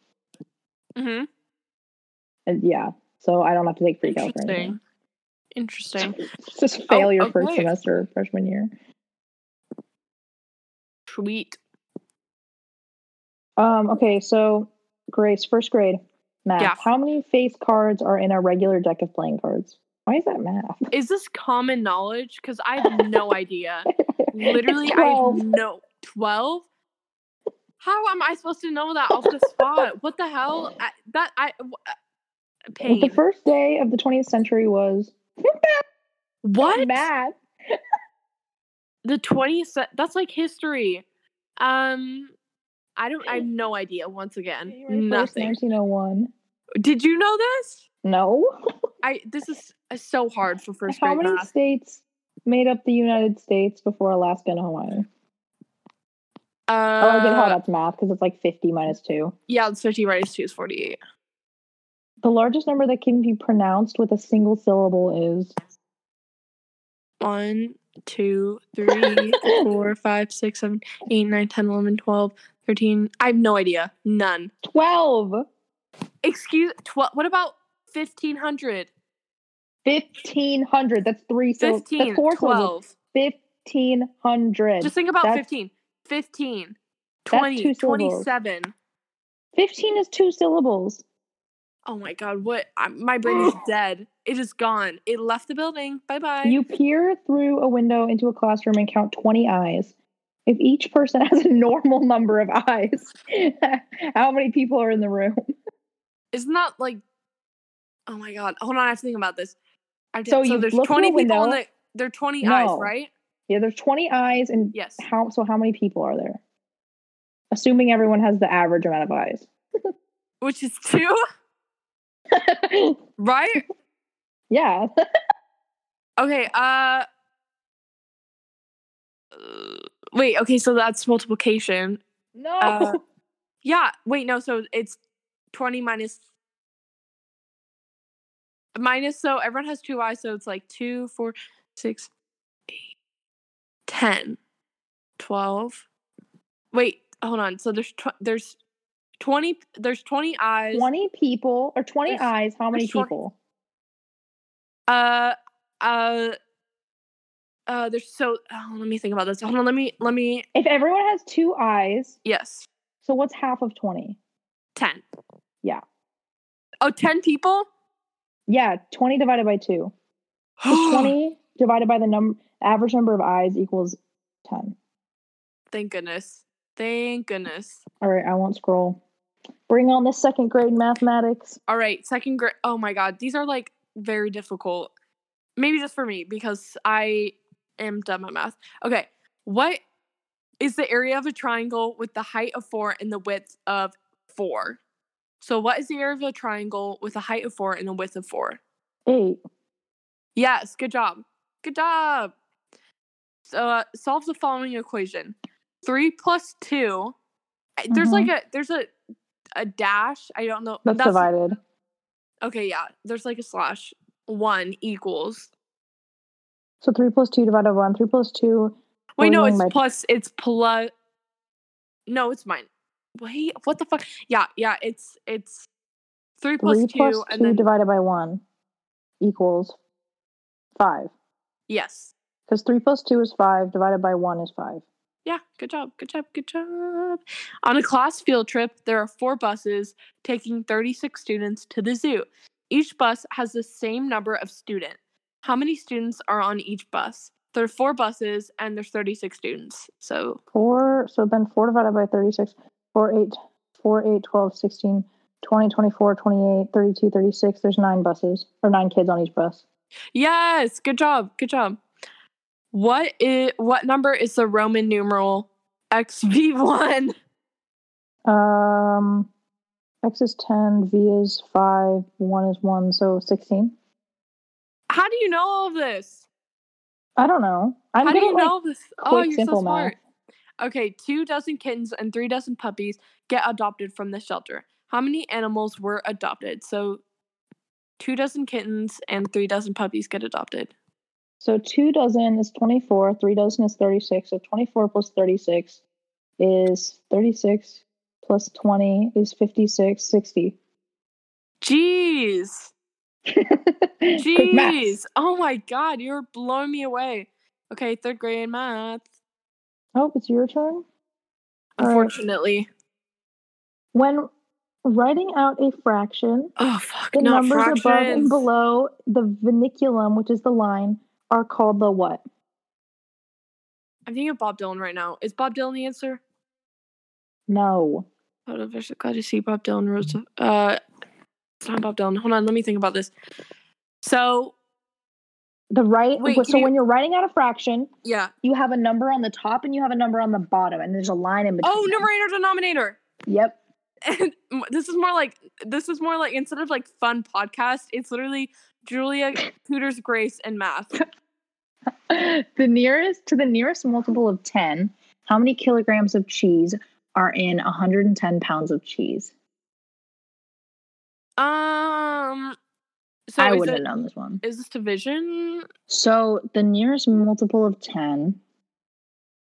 Mm-hmm.
And yeah, so I don't have to take free calc or anything.
Interesting. Interesting.
<laughs> It's just failure
Oh,
first
okay.
semester of freshman year.
Sweet.
Um, okay, so Grace, first grade math.
Yeah.
How many face cards are in a regular deck of playing cards? Why is that math? <laughs>
Is this common knowledge? Because I have no idea. Literally,
It's
I
12.
have no twelve. How am I supposed to know that off the spot? What the hell? I, that I w- uh,
The
pain.
first day of the 20th century was
What?
math.
The 20th that's like history. Um I don't I have no idea once again.
January 1st,
Nothing.
1901.
Did you know this?
No.
I this is uh, so hard for
<laughs>
first
How
grade
many
math.
states made up the United States before Alaska and Hawaii? oh, I get how
Uh,
that's math because it's like 50 minus 2.
yeah, it's 50 minus 2 is 48.
The largest number that can be pronounced with a single syllable is.
One, two, three,
<laughs>
four, five, six, seven, eight, nine, ten, eleven, twelve, thirteen. I have no idea. None.
12.
Excuse. Tw- what about fifteen hundred?
1500. That's three syllables.
Fifteen.
that's four syllables.
Twelve.
1500.
Just think about
That's-
fifteen. Fifteen.
That's
Twenty.
two syllables.
Twenty-seven.
15 is two syllables.
Oh my god! What? I, my
<gasps>
brain is dead. It is gone. It left the building. Bye bye.
You peer through a window into a classroom and count 20 eyes. If each person <laughs> has a normal number of eyes, <laughs> how many people are in the room?
it's not like. Oh my god! Hold on. I have to think about this. I have to-
So
so
you
there's
look through a
twenty people in
window.
the. There are twenty eyes,
No.
right?
Yeah, there's 20 eyes and
Yes.
how so how many people are there? Assuming everyone has the average amount of eyes.
Which is <laughs> two, right?
<laughs> yeah. <laughs>
Okay, uh uh, Wait, okay, so that's multiplication.
No.
Uh, Yeah, wait, no, so it's 20 minus minus so everyone has two eyes, so it's like 2 four, six, eight, 10 12 Wait, hold on. So there's tw- there's 20 there's 20 eyes.
20 people or 20
There's-
eyes, how many
there's 20
people?
Uh, uh, uh. There's so. Oh, let me think about this. Hold on. Let me. Let me.
If everyone has two eyes,
Yes.
so what's half of 20?
Ten.
Yeah.
Oh, 10 people.
Yeah, 20 divided by 2.
<gasps>
So 20 divided by the number average number of eyes equals 10.
Thank goodness. Thank goodness.
All right, I won't scroll. Bring on the second grade mathematics.
All right. Second grade. Oh my God. These are like very difficult. Maybe just for me because I am dumb at math. Okay. What is the area of a triangle with the height of four and the width of four? So, what is the area of a triangle with the height of four and the width of four?
8.
Yes, good job. Good job. So uh, solve the following equation: three plus two. I- There's like
Mm-hmm.
a there's a a dash. I don't know.
That's, divided.
Okay, yeah. There's like a slash. One equals.
So 3 plus 2 divided by 1. 3 plus 2.
Wait,
What
no,
do you
it's
mean by-
plus. It's plus. No, it's mine. Wait, what the fuck? Yeah, yeah. It's it's three plus
3
two,
plus 2
and then
divided by 1 equals 5.
yes.
Because 3 plus 2 is 5, divided by 1 is 5.
Yeah, good job, good job, good job. On a class field trip, there are four buses taking 36 students to the zoo. Each bus has the same number of students. How many students are on each bus? There are four buses and there's 36 students. So
4, so then 4 divided by 36, 4, 8, 4, 8, 12, 16, 20, 24, 28, 32, 36. There's 9 buses, or 9 kids on each bus.
yes, good job, good job. What is what number is the Roman numeral XV1?
Um, X is 10, V is 5, 1 is 1, so 16.
<laughs> How do you know all of this?
I don't know. I'm
How do
good
you
at, like,
know this? Oh,
quick,
you're so
simple math.
smart. Okay, two dozen kittens and three dozen puppies get adopted from the shelter. How many animals were adopted? So, two dozen kittens and three dozen puppies get adopted.
So 2 dozen is 24, 3 dozen is 36. So 24 plus 36 is 36 plus 20 is 56, 60.
Jeez,
<laughs> Quick math.
jeez! Oh my God, you're blowing me away. Okay, third grade math.
Oh, it's your turn. All right.
Unfortunately,
When writing out a fraction,
oh fuck,
the
not
numbers
fractions.
above and below the vinculum, which is the line, are called the what?
I'm thinking of Bob Dylan right now. Is Bob Dylan the answer?
No.
Photo of Vista glad to see Bob Dylan Rose. Uh, it's not Bob Dylan. Hold on, let me think about this. So
The right.
Wait,
so
can you-
when you're writing out a fraction,
yeah.
you have a number on the top and you have a number on the bottom, and there's a line in between.
Oh,
them.
numerator denominator. <laughs>
Yep.
And m- this is more like this is more like instead of like fun podcast, it's literally Julia Cooter's Grace and Math.
<laughs> the nearest to the nearest multiple of 10 how many kilograms of cheese are in 110 pounds of cheese
Um. So
i
is
wouldn't
it-
have known this one
Is this division?
so the nearest multiple of 10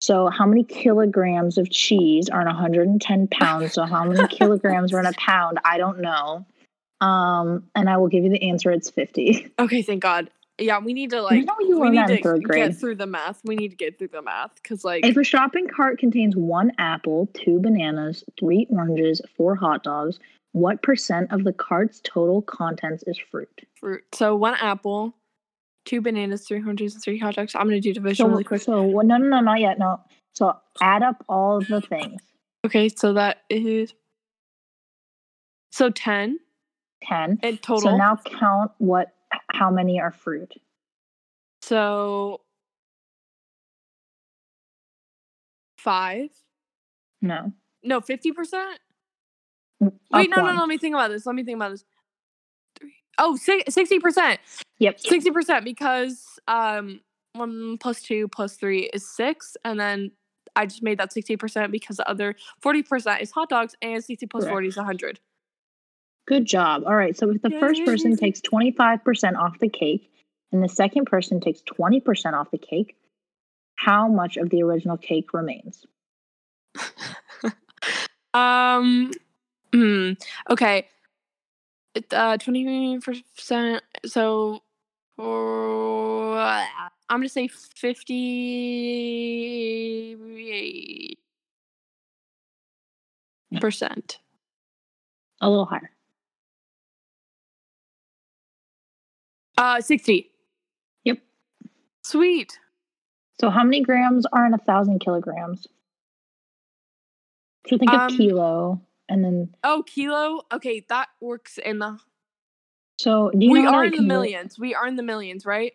so how many kilograms of cheese are in 110 pounds so how many kilograms are in a pound i don't know um and i will give you the answer it's 50
Okay, thank God. Yeah, we need to like
know you
we
learned
need
that in
to
third grade.
get through the math. We need to get through the math because like
If a shopping cart contains one apple, two bananas, three oranges, four hot dogs, what percent of the cart's total contents is fruit?
fruit. So one apple, two bananas, three oranges, and three hot dogs. I'm gonna do division really quick.
so well, no, no, no, not yet. No. So add up all of the things.
Okay, so that is so ten
Ten.
in total.
So
So,
now count what, how many are fruit?
five.
No.
No, fifty percent.
Mm, Up
Wait, no, no,
one.
no. Let me think about this. Let me think about this. Three. Oh, sixty percent.
Yep.
sixty percent because um one plus two plus three is six, and then I just made that sixty percent because the other forty percent is hot dogs, and sixty plus
Correct.
forty is hundred.
Good job. All right. So if the
Yeah,
first
yeah,
person
yeah.
takes 25% off the cake and the second person takes 20% off the cake, how much of the original cake remains?
Um, hmm. Okay. It, Uh, twenty percent. So, for, I'm gonna say fifty-eight percent.
A little higher.
Uh, sixty.
Yep.
Sweet.
So how many grams are in a thousand kilograms? So think
Um,
of kilo, and then
Oh, kilo. Okay, that works in the.
so do you
we
know how
are
to
in the
convert-
millions. We are in the millions, right?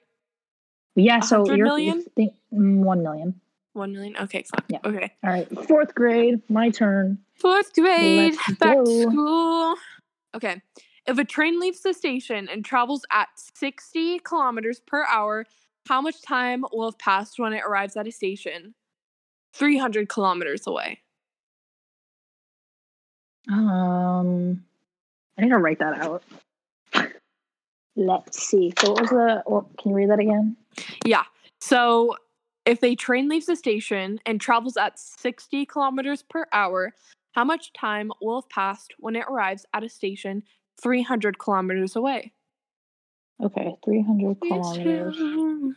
Yeah, so
100
you're
million?
Think, mm, one million.
One million. Okay, fuck.
Yeah.
Okay.
All right, fourth grade, my turn.
Fourth grade,
Let's
back to
go.
school. Okay. If a train leaves the station and travels at 60 kilometers per hour, how much time will have passed when it arrives at a station? 300 kilometers away.
Um, I need to write that out. Let's see. So what was the? Well, can you read that again?
So, if a train leaves the station and travels at 60 kilometers per hour, how much time will have passed when it arrives at a station 300 kilometers away?
Okay, three hundred kilometers.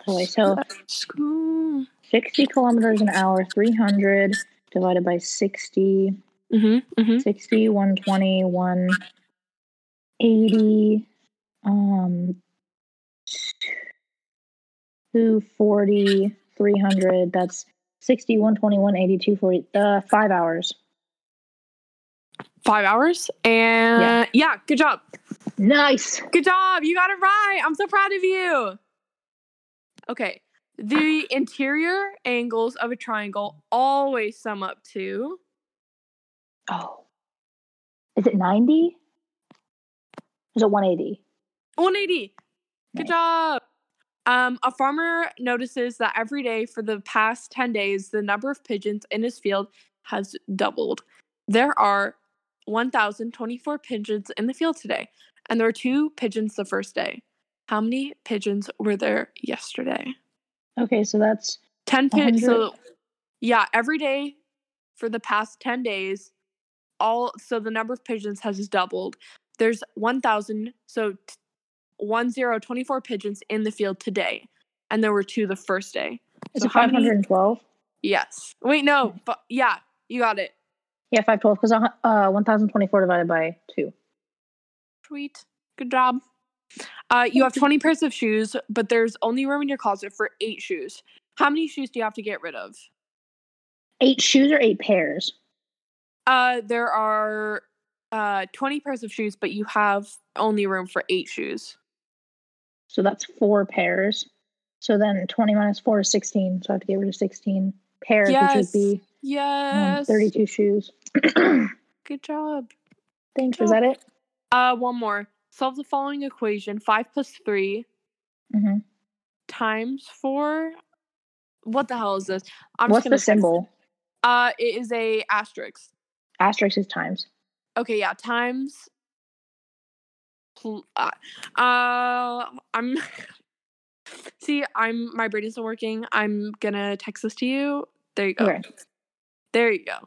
Okay, so
School.
60 kilometers an hour, 300 divided by 60,
hmm hmm
60, 120, 180, um, 240, 300. That's 60, 120, 180, 240, uh, five hours.
Five hours. And yeah. good job.
Nice.
Good job. You got it right. I'm so proud of you. Okay. The interior angles of a triangle always sum up to.
Oh. Is it 90? Is it 180?
180.
Nice.
Good job. Um, a farmer notices that every day for the past 10 days, the number of pigeons in his field has doubled. There are 1,024 pigeons in the field today, and there were two pigeons the first day. How many pigeons were there yesterday?
Okay, so that's
10 pigeons.
100.
So, yeah, every day for the past 10 days, all so the number of pigeons has doubled. There's 1,000, so t- 1,024 pigeons in the field today, and there were two the first day.
is
So
it
how many-
512?
Yes. Wait, no. But yeah, you got it.
Yeah, 512 because uh, 1024 divided by 2.
Sweet. Good job. Uh, you have 20 pairs of shoes, but there's only room in your closet for eight shoes. How many shoes do you have to get rid of?
Eight shoes or eight pairs?
Uh, there are uh 20 pairs of shoes, but you have only room for eight shoes.
So that's four pairs. So then 20 minus 4 is 16. So I have to get rid of 16 pairs, which
Yes.
would be um,
Yes.
32
<clears throat>
shoes. Thanks.
Good job.
Is that it?
Uh, one more. Solve the following equation: five plus three
hmm
times four. What the hell is this? I'm
What's the
text it.
symbol?
Uh, it is a asterisk.
Asterisk is times.
Okay, yeah, times. Pl- uh, uh, I'm. <laughs> See, I'm my brain isn't working. I'm gonna text this to you. There you go.
Okay.
There you go.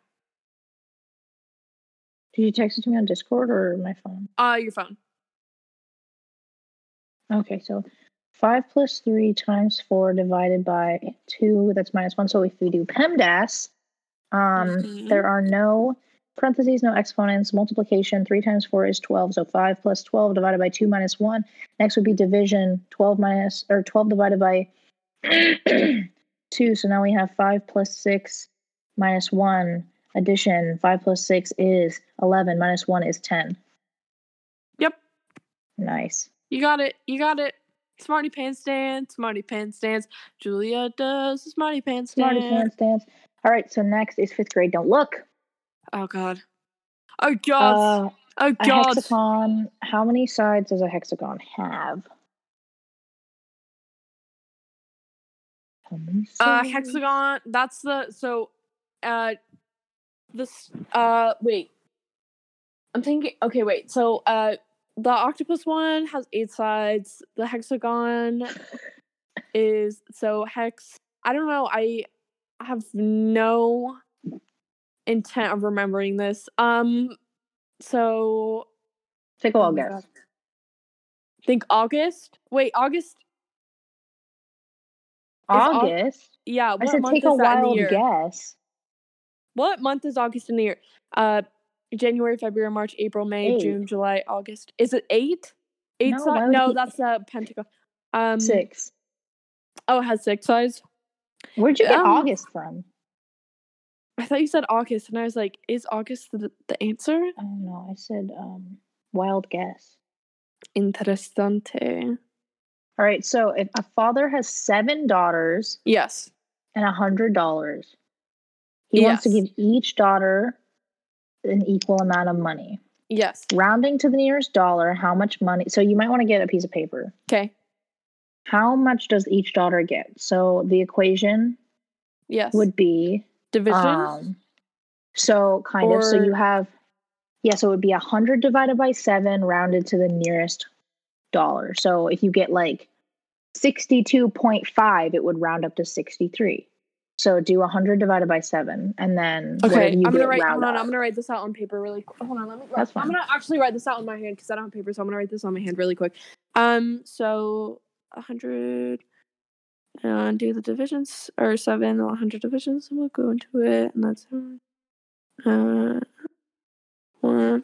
Did you text it to me on Discord or my phone?
Uh, your phone.
Okay, so 5 plus 3 times 4 divided by 2, that's minus 1. So if we do PEMDAS, um,
Mhm.
there are no parentheses, no exponents, multiplication. 3 times 4 is 12. So 5 plus 12 divided by 2 minus 1. Next would be division 12 minus, or 12 divided by <clears throat> 2. So now we have 5 plus 6 minus 1. Addition 5 plus 6 is 11, minus 1 is 10.
Yep.
Nice.
You got it. You got it. Smarty pants dance. Smarty pants dance. Julia does a smarty pants
Smarty
dance.
pants dance. All right, so next is fifth grade. Don't look.
Oh god. Oh god.
Uh,
oh
a
god.
hexagon. How many sides does a hexagon have? How many
Uh,
sides?
hexagon. That's the so. Uh, this. Uh, wait. I'm thinking. Okay, wait. So, uh, the octopus one has eight sides. The hexagon
<laughs>
is so hex. I don't know. I have no intent of remembering this. Um. So
Take a wild
Oh my
guess.
God. think August. Wait, August. Au-
August.
Yeah.
I
What
said
month
take
is
a
that in the
wild
year?
guess.
What month is August in the year? Uh, January, February, March, April, May,
Eight.
June, July, August. Is it eight? Eight
No,
si-
why would
No,
he-
that's a pentagon. Um,
Six.
Oh, it has six sides.
Where'd you get
um,
August from?
I thought you said August, and I was like, is August the, the answer?
I don't know. I said um, wild guess.
Interessante.
All right, so if a father has seven daughters
Yes.
and a hundred dollars, he wants to
Yes.
give each daughter an equal amount of money.
Yes.
rounding to the nearest dollar how much money so you might want to get a piece of paper
Okay.
how much does each daughter get so the equation
Yes.
would be
Division.
um so kind of so
Or-
you have yeah so it would be 100 divided by 7 rounded to the nearest dollar so if you get like 62.5 it would round up to 63 so do 100 divided by 7 and then
okay.
whatever
I'm
you
gonna
get
write.
round
Hold on.
up.
I'm gonna write this out on paper really. quick. Hold on. Let me.
That's
I'm
fine.
gonna actually write this out on my hand because I don't have paper, so I'm gonna write this on my hand really quick. Um. So a hundred. And do the divisions or seven, a hundred divisions, and we'll go into it, and that's uh, one.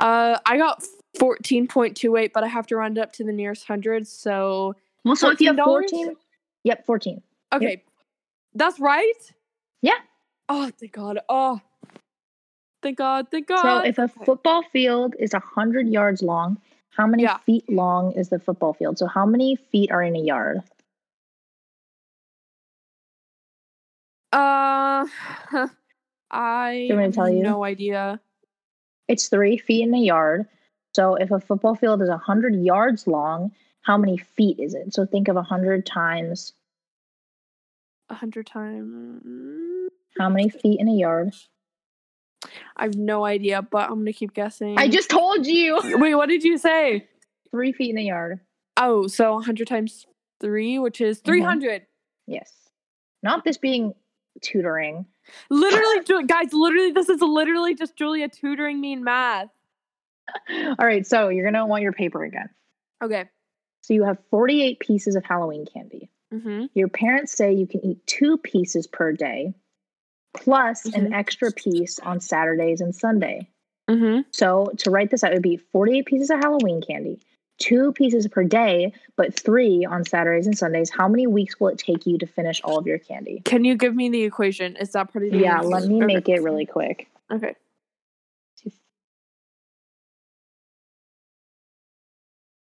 Uh, I got fourteen point two eight, but I have to round it up to the nearest hundred. So
well so if you have
$14?
14 yep 14
okay, that's right.
Yeah.
Oh, thank God. Oh, thank God. Thank God.
So if a
Oh, Okay.
football field is 100 yards long, how many
Yeah.
feet long is the football field? So how many feet are in a yard?
Uh, <laughs>
you want me
I
to
have
tell you?
no idea.
It's 3 feet in a yard. So if a football field is 100 yards long, how many feet is it? So think of 100 times
A hundred times.
how many feet in a yard?
I have no idea, but I'm gonna keep guessing.
I just told you.
<laughs> wait. What did you say?
3 feet in a yard.
Oh, so 100 times three, which
Mm-hmm.
is 300.
Yes. Not this being tutoring.
Literally, Ju- guys. Literally, this is literally just Julia tutoring me in math.
All right, so you're going to want your paper again.
Okay.
So you have 48 pieces of Halloween candy.
Mm-hmm.
Your parents say you can eat two pieces per day, plus an
Mhm.
extra piece on Saturdays and Sunday.
Mm-hmm.
So to write this out, it would be 48 pieces of Halloween candy, two pieces per day, but three on Saturdays and Sundays, how many weeks will it take you to finish all of your candy?
Can you give me the equation? Is that part of the
Yeah,
equation?
let me
Okay.
make it really quick.
Okay.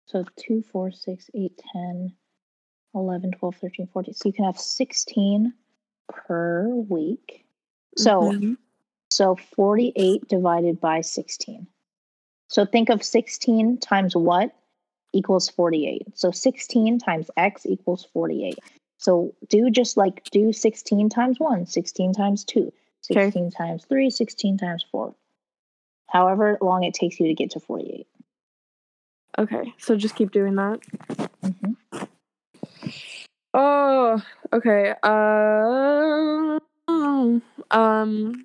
So 2, 4, 6, 8, 10, 11, 12, 13, 14. So you can have 16 per week. So
Mhm.
so 48 divided by 16. So think of 16 times what equals 48. So 16 times x equals 48. So do just like do 16 times 1, 16 times 2, 16 times 3, 16 times 4. However long it takes you to get to 48.
okay, so just keep doing that.
Mhm.
Oh, okay. Uh, um,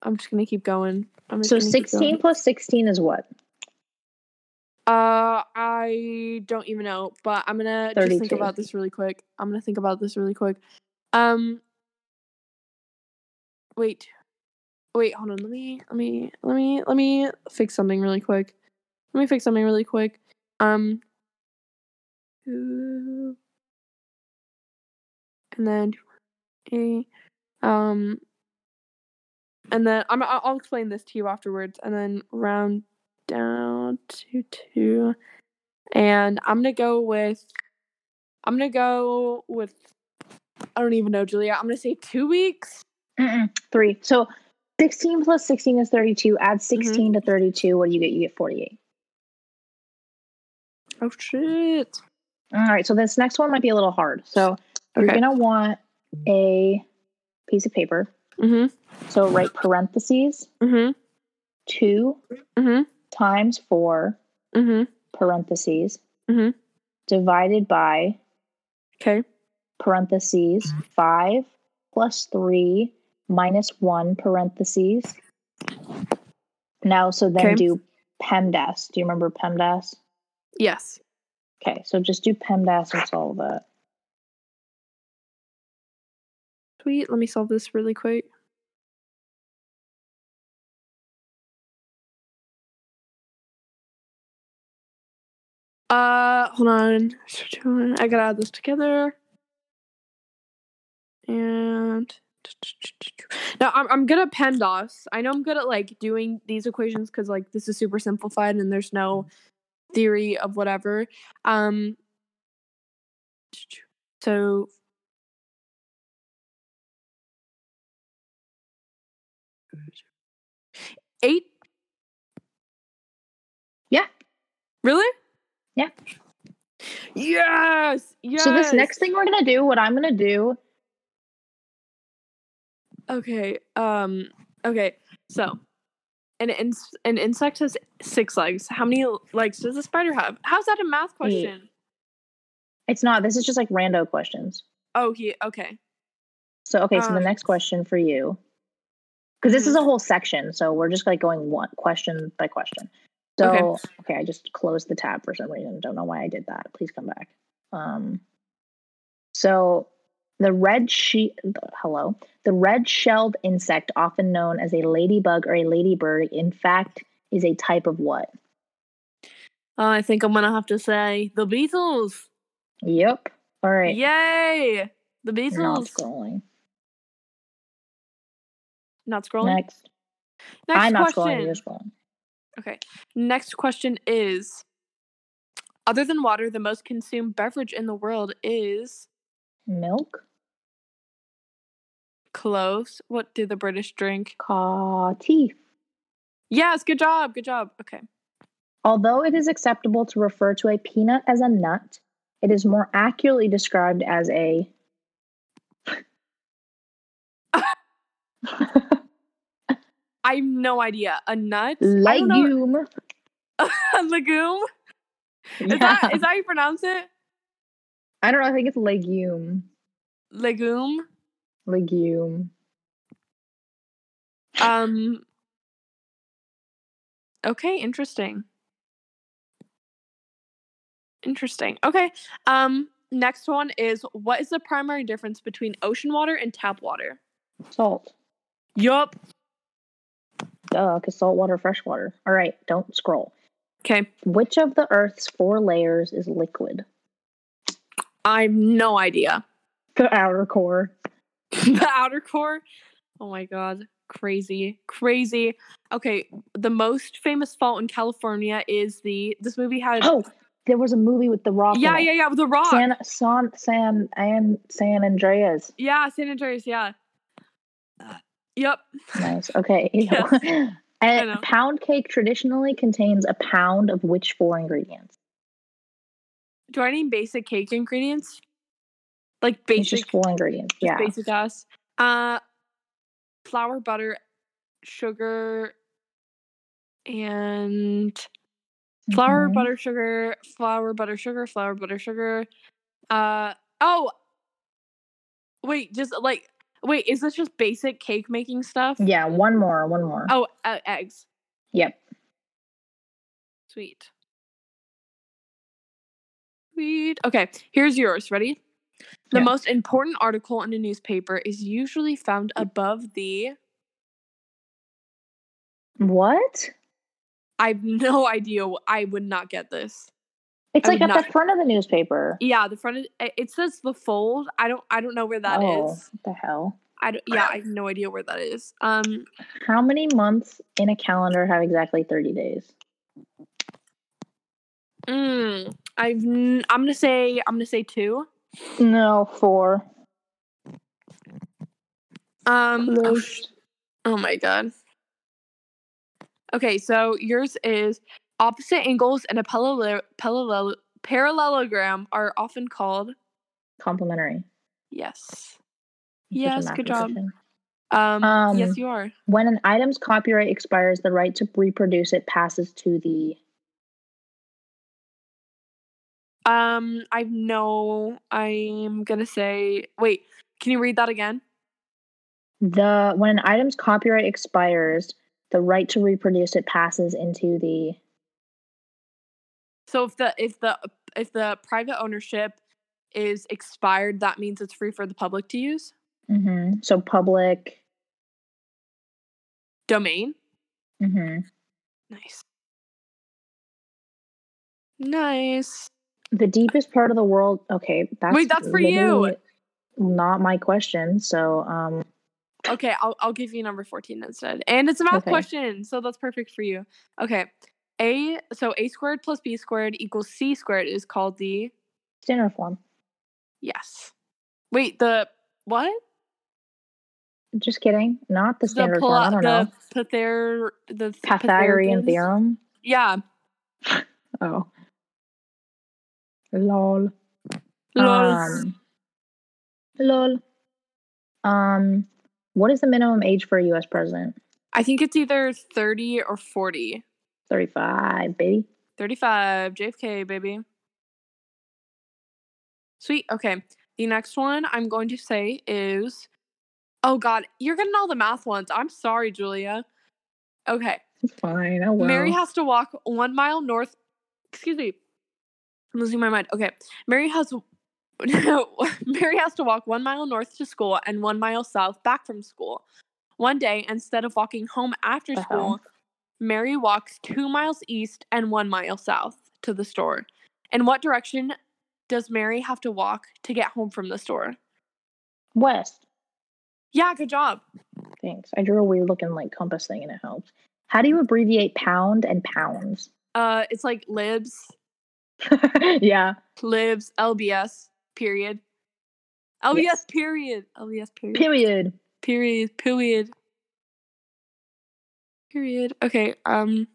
I'm just gonna keep going. I'm just
So
gonna keep
16
going.
plus 16 is what?
Uh, I don't even know, but I'm gonna just think
32.
about this really quick. I'm gonna think about this really quick. Um, wait, wait, hold on. Let me, let me, let me, let me fix something really quick. Let me fix something really quick. Um, two, and then a, um, and then I'm I'll I'll explain this to you afterwards, and then round down to two, and I'm gonna go with, I'm gonna go with, I don't even know, Julia. I'm gonna say two weeks.
Mm-mm, 3. So 16 plus 16 is 32. Add 16 to 32. What do you get? You get 48.
Oh shit.
All right, so this next one might be a little hard. So you're
Okay. Mm-hmm.
gonna want a piece of paper.
Mhm.
So write parentheses
Mhm.
two
Mhm.
times four
Mhm.
parentheses
Mhm.
divided by
Okay.
parentheses
Mm-hmm.
five plus three minus one parentheses. Now, so then
Okay.
do PEMDAS. Do you remember PEMDAS?
Yes.
Okay, so just do PEMDAS and solve that.
Sweet. Let me solve this really quick. Uh, hold on. <laughs> I gotta add this together. And now I'm I'm good at PEMDAS. I know I'm good at like doing these equations because like this is super simplified and there's no theory of whatever. Um, so eight.
Yeah.
Really?
Yeah.
Yes. Yes.
So this next thing we're gonna do, what I'm gonna do
Okay. Um. Okay. So, an ins- an insect has six legs. How many legs does a spider have? How's that a math question?
It's not. This is just like rando questions.
Oh, he. Okay.
So okay, so the
Um, mm-hmm.
next question for you, because this is a whole section, so we're just like going one question by question. So
Okay.
okay. I just closed the tab for some reason. Don't know why I did that. Please come back. Um, so the red she hello the red shelled insect, often known as a ladybug or a ladybird, in fact is a type of what?
Uh, I think I'm gonna have to say the Beatles.
Yep. All right.
Yay! The
Not
Beatles.
scrolling.
Not scrolling.
Next.
Next
I'm not
question.
scrolling. You're scrolling.
Okay. Next question is other than water, the most consumed beverage in the world is
Milk.
close. What do the British drink?
Coffee.
Yes, good job. Good job. Okay.
Although it is acceptable to refer to a peanut as a nut, it is more accurately described as a.
<laughs> I have no idea. A nut? I don't know.
legume.
a <laughs> legume? Is that
Yeah.
is that how you pronounce it?
I don't know. I think it's legume.
Legume.
Legume.
Um Okay, interesting. Interesting. Okay. Um next one is what is the primary difference between ocean water and tap water?
Salt.
Yup.
Duh, because salt water, fresh water. All right, don't scroll.
Okay.
Which of the Earth's four layers is liquid?
I've no idea. <laughs>
The outer core.
the outer core. Oh my god. Crazy. Crazy. Okay. The most famous fault in California is the this movie had
Oh, there was a movie with The Rock. in
Yeah,
it.
yeah, yeah. The rock.
San San San and San Andreas.
yeah, San Andreas, yeah. Uh, Yep.
Nice. Okay. <laughs> Ew.
Yes. I know.
A pound cake traditionally contains a pound of which four ingredients?
Do I need basic cake ingredients? Like
It's
basic
just four ingredients.
Just
Yeah.
basic ass. Uh, flour, butter, sugar, and flour,
Mhm.
butter, sugar, flour, butter, sugar, flour, butter, sugar. Uh oh. Wait, just like wait, is this just basic cake making stuff?
Yeah. One more. One more.
Oh, uh, eggs.
Yep.
Sweet. Sweet. Okay, here's yours. Ready? The
Yeah.
most important article in a newspaper is usually found
Mm.
above the. <laughs>
What?
I have no idea. wh- I would not get this.
It's
I
like at
would Oh, not-
the front of the newspaper.
Yeah, the front. Of, it it says the fold. I don't. I don't know where that is.
oh, what the hell.
I don't,
<laughs>
yeah. I have no idea where that is. Um.
How many months in a calendar have exactly 30 days?
Mm, I've. n- I'm gonna say. I'm gonna say two.
No, four.
Um. oh, <laughs> sh-
Close.
Oh my god. Okay, so yours is opposite angles and a parallel parallel parallelogram are often called
Complimentary.
yes.
Such a
Yes, good job.
mathematician.
Um,
Um,
yes, you are.
When an item's copyright expires, the right to reproduce it passes to the.
Um, I know. I'm gonna say. Wait, can you read that again?
The when an item's copyright expires, the right to reproduce it passes into the
So if the if the if the private ownership is expired, that means it's free for the public to use. Mm-hmm.
Mhm. so public.
Domain. Mm-hmm.
mhm.
Nice. Nice.
The deepest part of the world. Okay, that's
Wait, that's for you.
literally Not my question. So, um,
Okay, I'll I'll give you number 14 instead. And it's a math
Okay.
question, so that's perfect for you. Okay. A so A squared plus B squared equals C squared is called the
standard form.
yes. Wait, the what?
Just kidding. Not the standard
the
form. I don't know.
the Pythar the th-
Pythagorean
Pythagoreans?
theorem. Um,
Yeah.
Oh. Lol.
Lol.
Um, lol. Um, what is the minimum age for a U.S. president?
I think it's either 30 or 40.
Thirty-five, baby.
35 JFK baby. Sweet. Okay. The next one I'm going to say is Oh god, you're getting all the math ones. I'm sorry, Julia. Okay.
It's fine. Oh well.
Mary has to walk 1 mile north Excuse me. I'm losing my mind. Okay. Mary has <laughs> Mary has to walk 1 mile north to school and 1 mile south back from school. One day, instead of walking home after
The hell?
school, Mary walks two miles east and one mile south to the store. In what direction does Mary have to walk to get home from the store?
West.
Yeah, good job.
Thanks. I drew a weird-looking like compass thing, and it helps. How do you abbreviate pound and pounds? <laughs>
Uh, it's like libs,
yeah.
libs, LBS, period. LBS,
Yes.
period. LBS, period.
Period.
period. Period. Period. Okay. Um.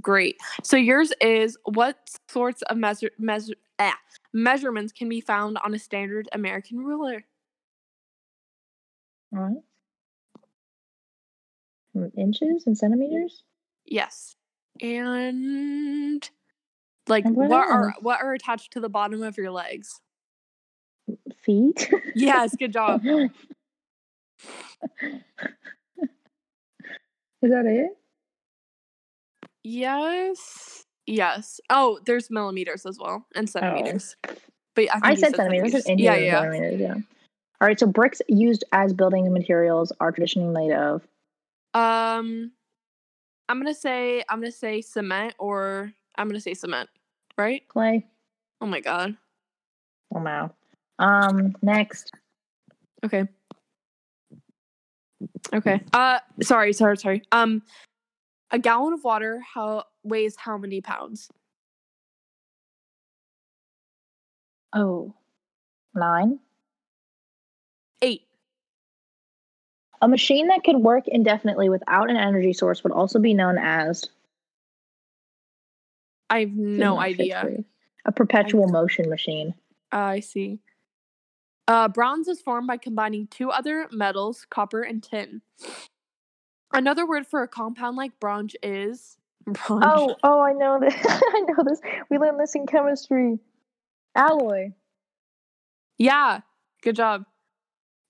Great. So yours is what sorts of measure, measure, eh, measurements can be found on a standard American ruler?
All right. Mm, Inches and centimeters.
Yes. And like
And
what,
what
are
else?
what are attached to the bottom of your legs?
Feet.
Yes, good job.
<laughs> is that it?
Yes. Yes. Oh, there's millimeters as well and centimeters. But I, think
Oh. I
you
said centimeters. I said inches
Yeah,
and
yeah. yeah.
centimeters. Yeah. All right. So bricks used as building materials are traditionally made of
Um I'm gonna say I'm gonna say cement or I'm gonna say cement, right?
Clay.
Oh my god.
Oh no. Um, next.
Okay. Okay. Uh sorry, sorry, sorry. Um a gallon of water how weighs how many pounds?
Oh, nine.
Eight.
A machine that could work indefinitely without an energy source would also be known as
I have no
Not
idea.
fifth grade. a perpetual
I-
motion machine.
Uh, I see. Uh, bronze is formed by combining two other metals, copper and tin. Another word for a compound like bronze is <laughs> bronze.
Oh, oh, I know this. <laughs> I know this. We learned this in chemistry. Alloy.
yeah, good job.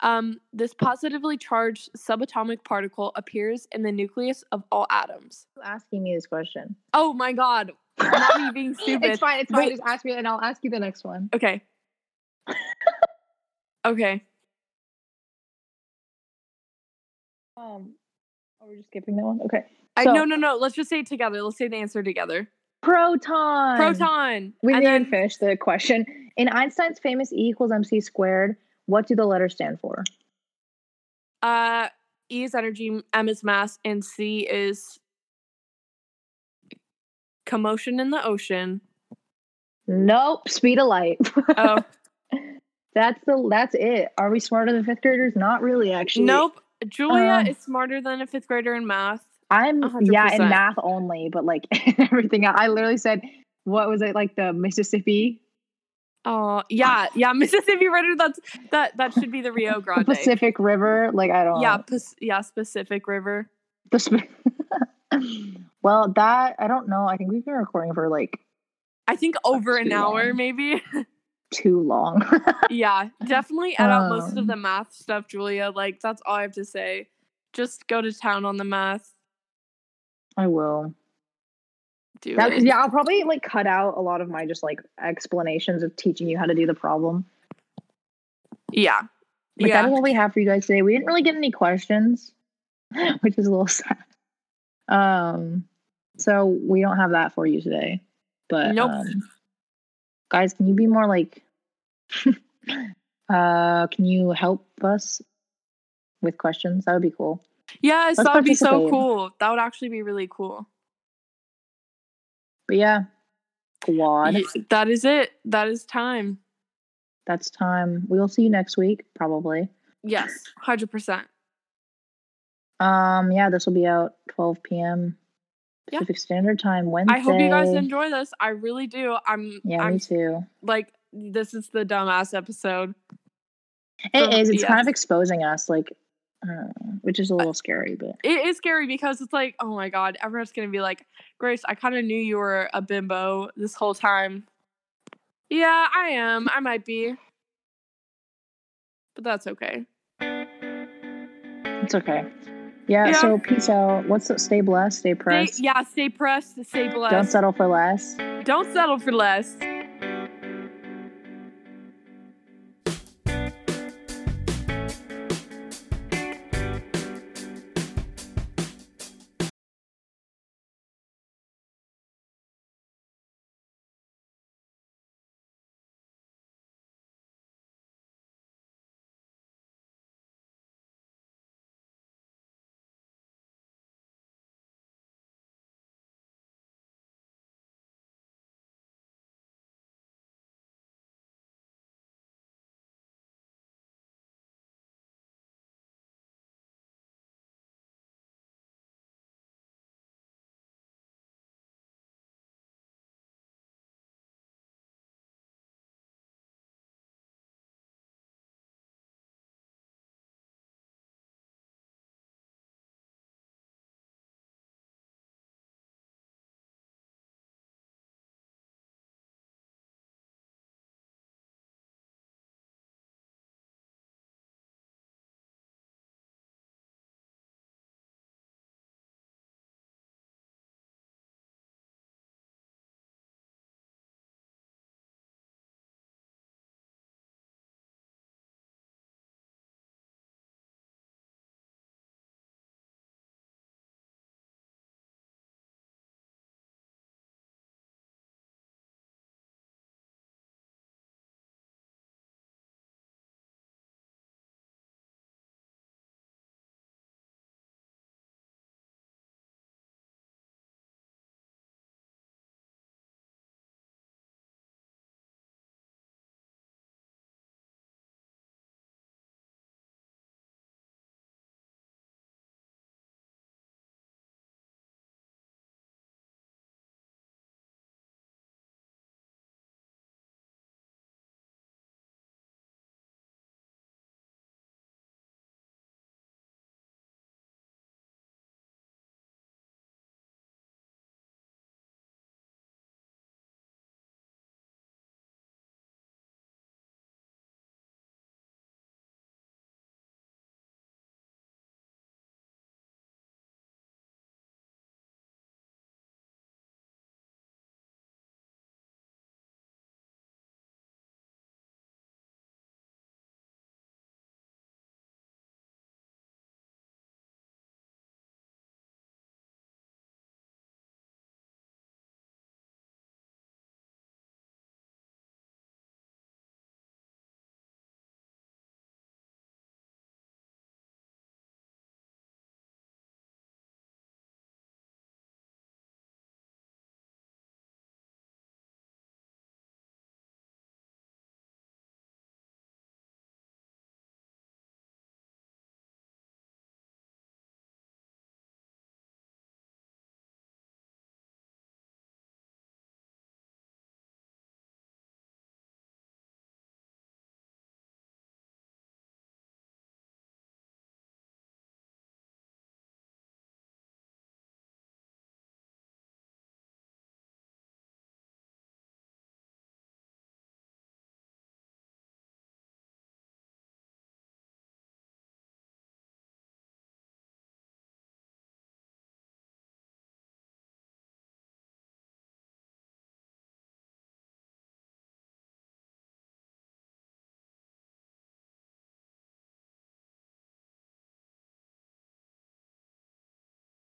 Um, this positively charged subatomic particle appears in the nucleus of all atoms.
You asking me this question?
Oh my god, not me being
<laughs>
stupid.
it's fine. It's fine.
Wait.
Just ask me, and I'll ask you the next one. <laughs>
Okay. okay.
Um, oh, we're just skipping that one. Okay.
I,
So-
no, no, no. Let's just say it together. Let's say the answer together.
Proton.
Proton.
We didn't even
and then-
finish the question. In Einstein's famous E equals MC squared, what do the letters stand for?
Uh, E is energy, M is mass, and C is commotion in
<laughs>
the ocean.
Nope. Speed of light. <laughs>
Oh,
That's the. That's it. Are we smarter than fifth graders? Not really, actually.
nope. Julia
Um,
is smarter than a fifth grader in math.
I'm
A hundred
yeah, in
percent.
math only, but like <laughs> everything. else- I literally said, what was it like the Mississippi, Uh
Oh, yeah, yeah. <laughs> Mississippi River. That's that. That should be the Rio
the <laughs>
Grande.
Pacific River? Like I don't.
Yeah,
know.
Pas- yeah. Pacific River.
The sp- <laughs> well, that I don't know. I think we've been recording for like
I think over an
too
hour,
long. <laughs>
maybe.
too long. <laughs>
yeah, definitely edit out most of
Um,
the math stuff, Julia. Like that's all I have to say. Just go to town on the math.
I will.
Do
That,
it.
yeah, I'll probably like cut out a lot of my just like explanations of teaching you how to do the problem.
Yeah.
Like
yeah.
that is what we have for you guys today. We didn't really get any questions, <laughs> which is a little <laughs> sad. Um, so we don't have that for you today. But
Nope.
um, guys, can you be more like? <laughs> uh, can you help us with questions? That would be cool.
Yes,
Let's
that would be so
participate.
cool. That would actually be really cool.
But yeah, quad.
Ye- that is it. That is time.
That's time. We will see you next week, probably.
Yes, 100%.
Um, yeah, this will be out 12 p.m.
Yeah.
Pacific Standard Time Wednesday.
I hope you guys enjoy this. I really do. I'm
Yeah,
I'm
me too.
like this is the dumbass episode.
It
so,
is. It's kind
yes.
of exposing us, like, I don't know, which is a little scary, but
It is scary because it's like, oh my god, everyone's going to be like, "Grace, I kind of knew you were a bimbo this whole time." Yeah, I am. I might be. But that's okay.
it's okay. Yeah.
Yeah.
So peace out. What's the, stay blessed, stay
Stay,
pressed.
yeah, stay pressed, stay blessed.
Don't settle for less.
Don't settle for less.